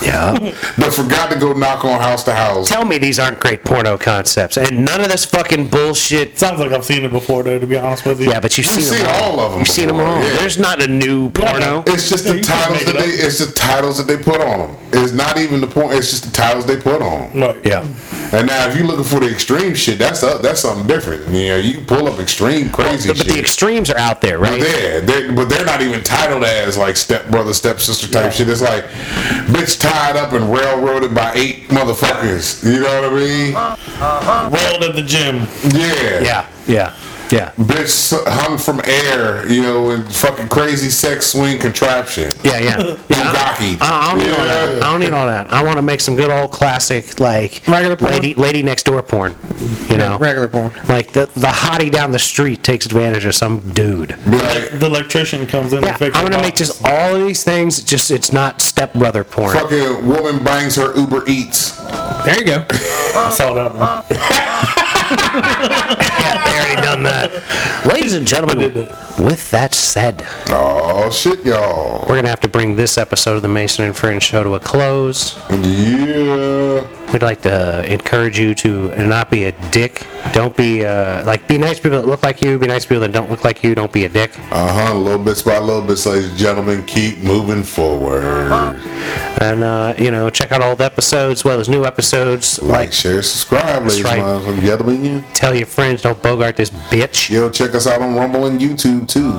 Speaker 1: Yeah.
Speaker 3: But forgot to go knock on house to house.
Speaker 1: Tell me these aren't great porno concepts. And none of this fucking bullshit.
Speaker 2: Sounds like I've seen it before though, to be honest with you.
Speaker 1: Yeah, but you've,
Speaker 3: You've
Speaker 1: seen,
Speaker 3: seen
Speaker 1: them
Speaker 3: all of them
Speaker 1: You've seen them
Speaker 3: before,
Speaker 1: all.
Speaker 3: yeah.
Speaker 1: There's not a new porno.
Speaker 3: It's just
Speaker 2: Yeah,
Speaker 3: the
Speaker 2: you can't
Speaker 3: titles
Speaker 2: make
Speaker 3: that
Speaker 2: it
Speaker 3: they. It's the titles that they put on them. It's not even the point. It's just the titles they put on 'em.
Speaker 2: Right.
Speaker 1: Yeah.
Speaker 3: And now, if you're looking for the extreme shit, that's up. That's something different. You know, you can pull up extreme crazy
Speaker 1: But
Speaker 3: shit.
Speaker 1: the extremes are out there,
Speaker 3: But
Speaker 1: right?
Speaker 3: they're, they're, but they're not even titled as like step brother, step sister type shit. It's like bitch tied up and railroaded by eight motherfuckers. You know what I mean?
Speaker 2: Railed at the gym.
Speaker 3: Yeah.
Speaker 1: Uh, Yeah. Yeah. Yeah.
Speaker 3: Bitch hung from air, you know, in fucking crazy sex swing contraption.
Speaker 1: Yeah, yeah. yeah
Speaker 3: Rocky.
Speaker 1: I, I don't need all that. I don't need all that. I want to make some good old classic, like
Speaker 5: Regular porn?
Speaker 1: lady, lady next door porn. You know,
Speaker 5: Regular porn.
Speaker 1: like the the hottie down the street takes advantage of some dude.
Speaker 3: Like,
Speaker 2: The electrician comes in.
Speaker 1: Yeah,
Speaker 2: and
Speaker 1: I'm
Speaker 2: fixes
Speaker 1: gonna
Speaker 2: it.
Speaker 1: make just all of these things. Just it's not stepbrother porn.
Speaker 3: fucking woman bangs her Uber Eats.
Speaker 5: There you go.
Speaker 2: I saw that one.
Speaker 1: Yeah, they already done that. Ladies and gentlemen, with that said,
Speaker 3: Oh shit, y'all.
Speaker 1: we're gonna have to bring this episode of the Mason and Fringe show to a close.
Speaker 3: Yeah.
Speaker 1: We'd like to encourage you to not be a dick. Don't be uh, like be nice to people that look like you. Be nice to people that don't look like you. Don't be a dick.
Speaker 3: Uh huh. Little bits by little bits, ladies and gentlemen, keep moving forward.
Speaker 1: And uh, you know, check out old episodes as well as new episodes.
Speaker 3: Like, share, subscribe, ladies
Speaker 1: right.
Speaker 3: and gentlemen. Yeah.
Speaker 1: Tell your friends, don't bogart this bitch.
Speaker 3: Yo, check us out on Rumble and YouTube too.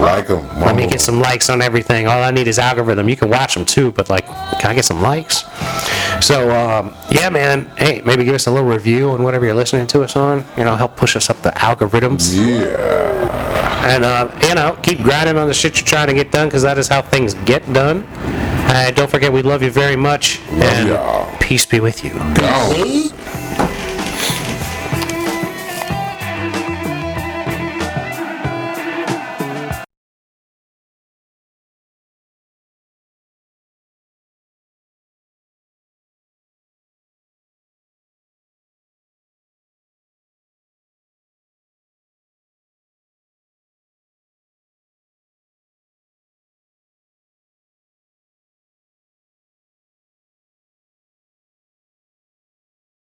Speaker 3: Like them.
Speaker 1: Let me get some likes on everything. All I need is algorithm. You can watch them too, but like, can I get some likes? So, um, yeah, man. Hey, maybe give us a little review on whatever you're listening to us on. You know, help push us up the algorithms.
Speaker 3: Yeah.
Speaker 1: And, uh, you know, keep grinding on the shit you're trying to get done because that is how things get done. And don't forget, we love you very much. and
Speaker 3: y'all.
Speaker 1: peace be with you.
Speaker 3: Go.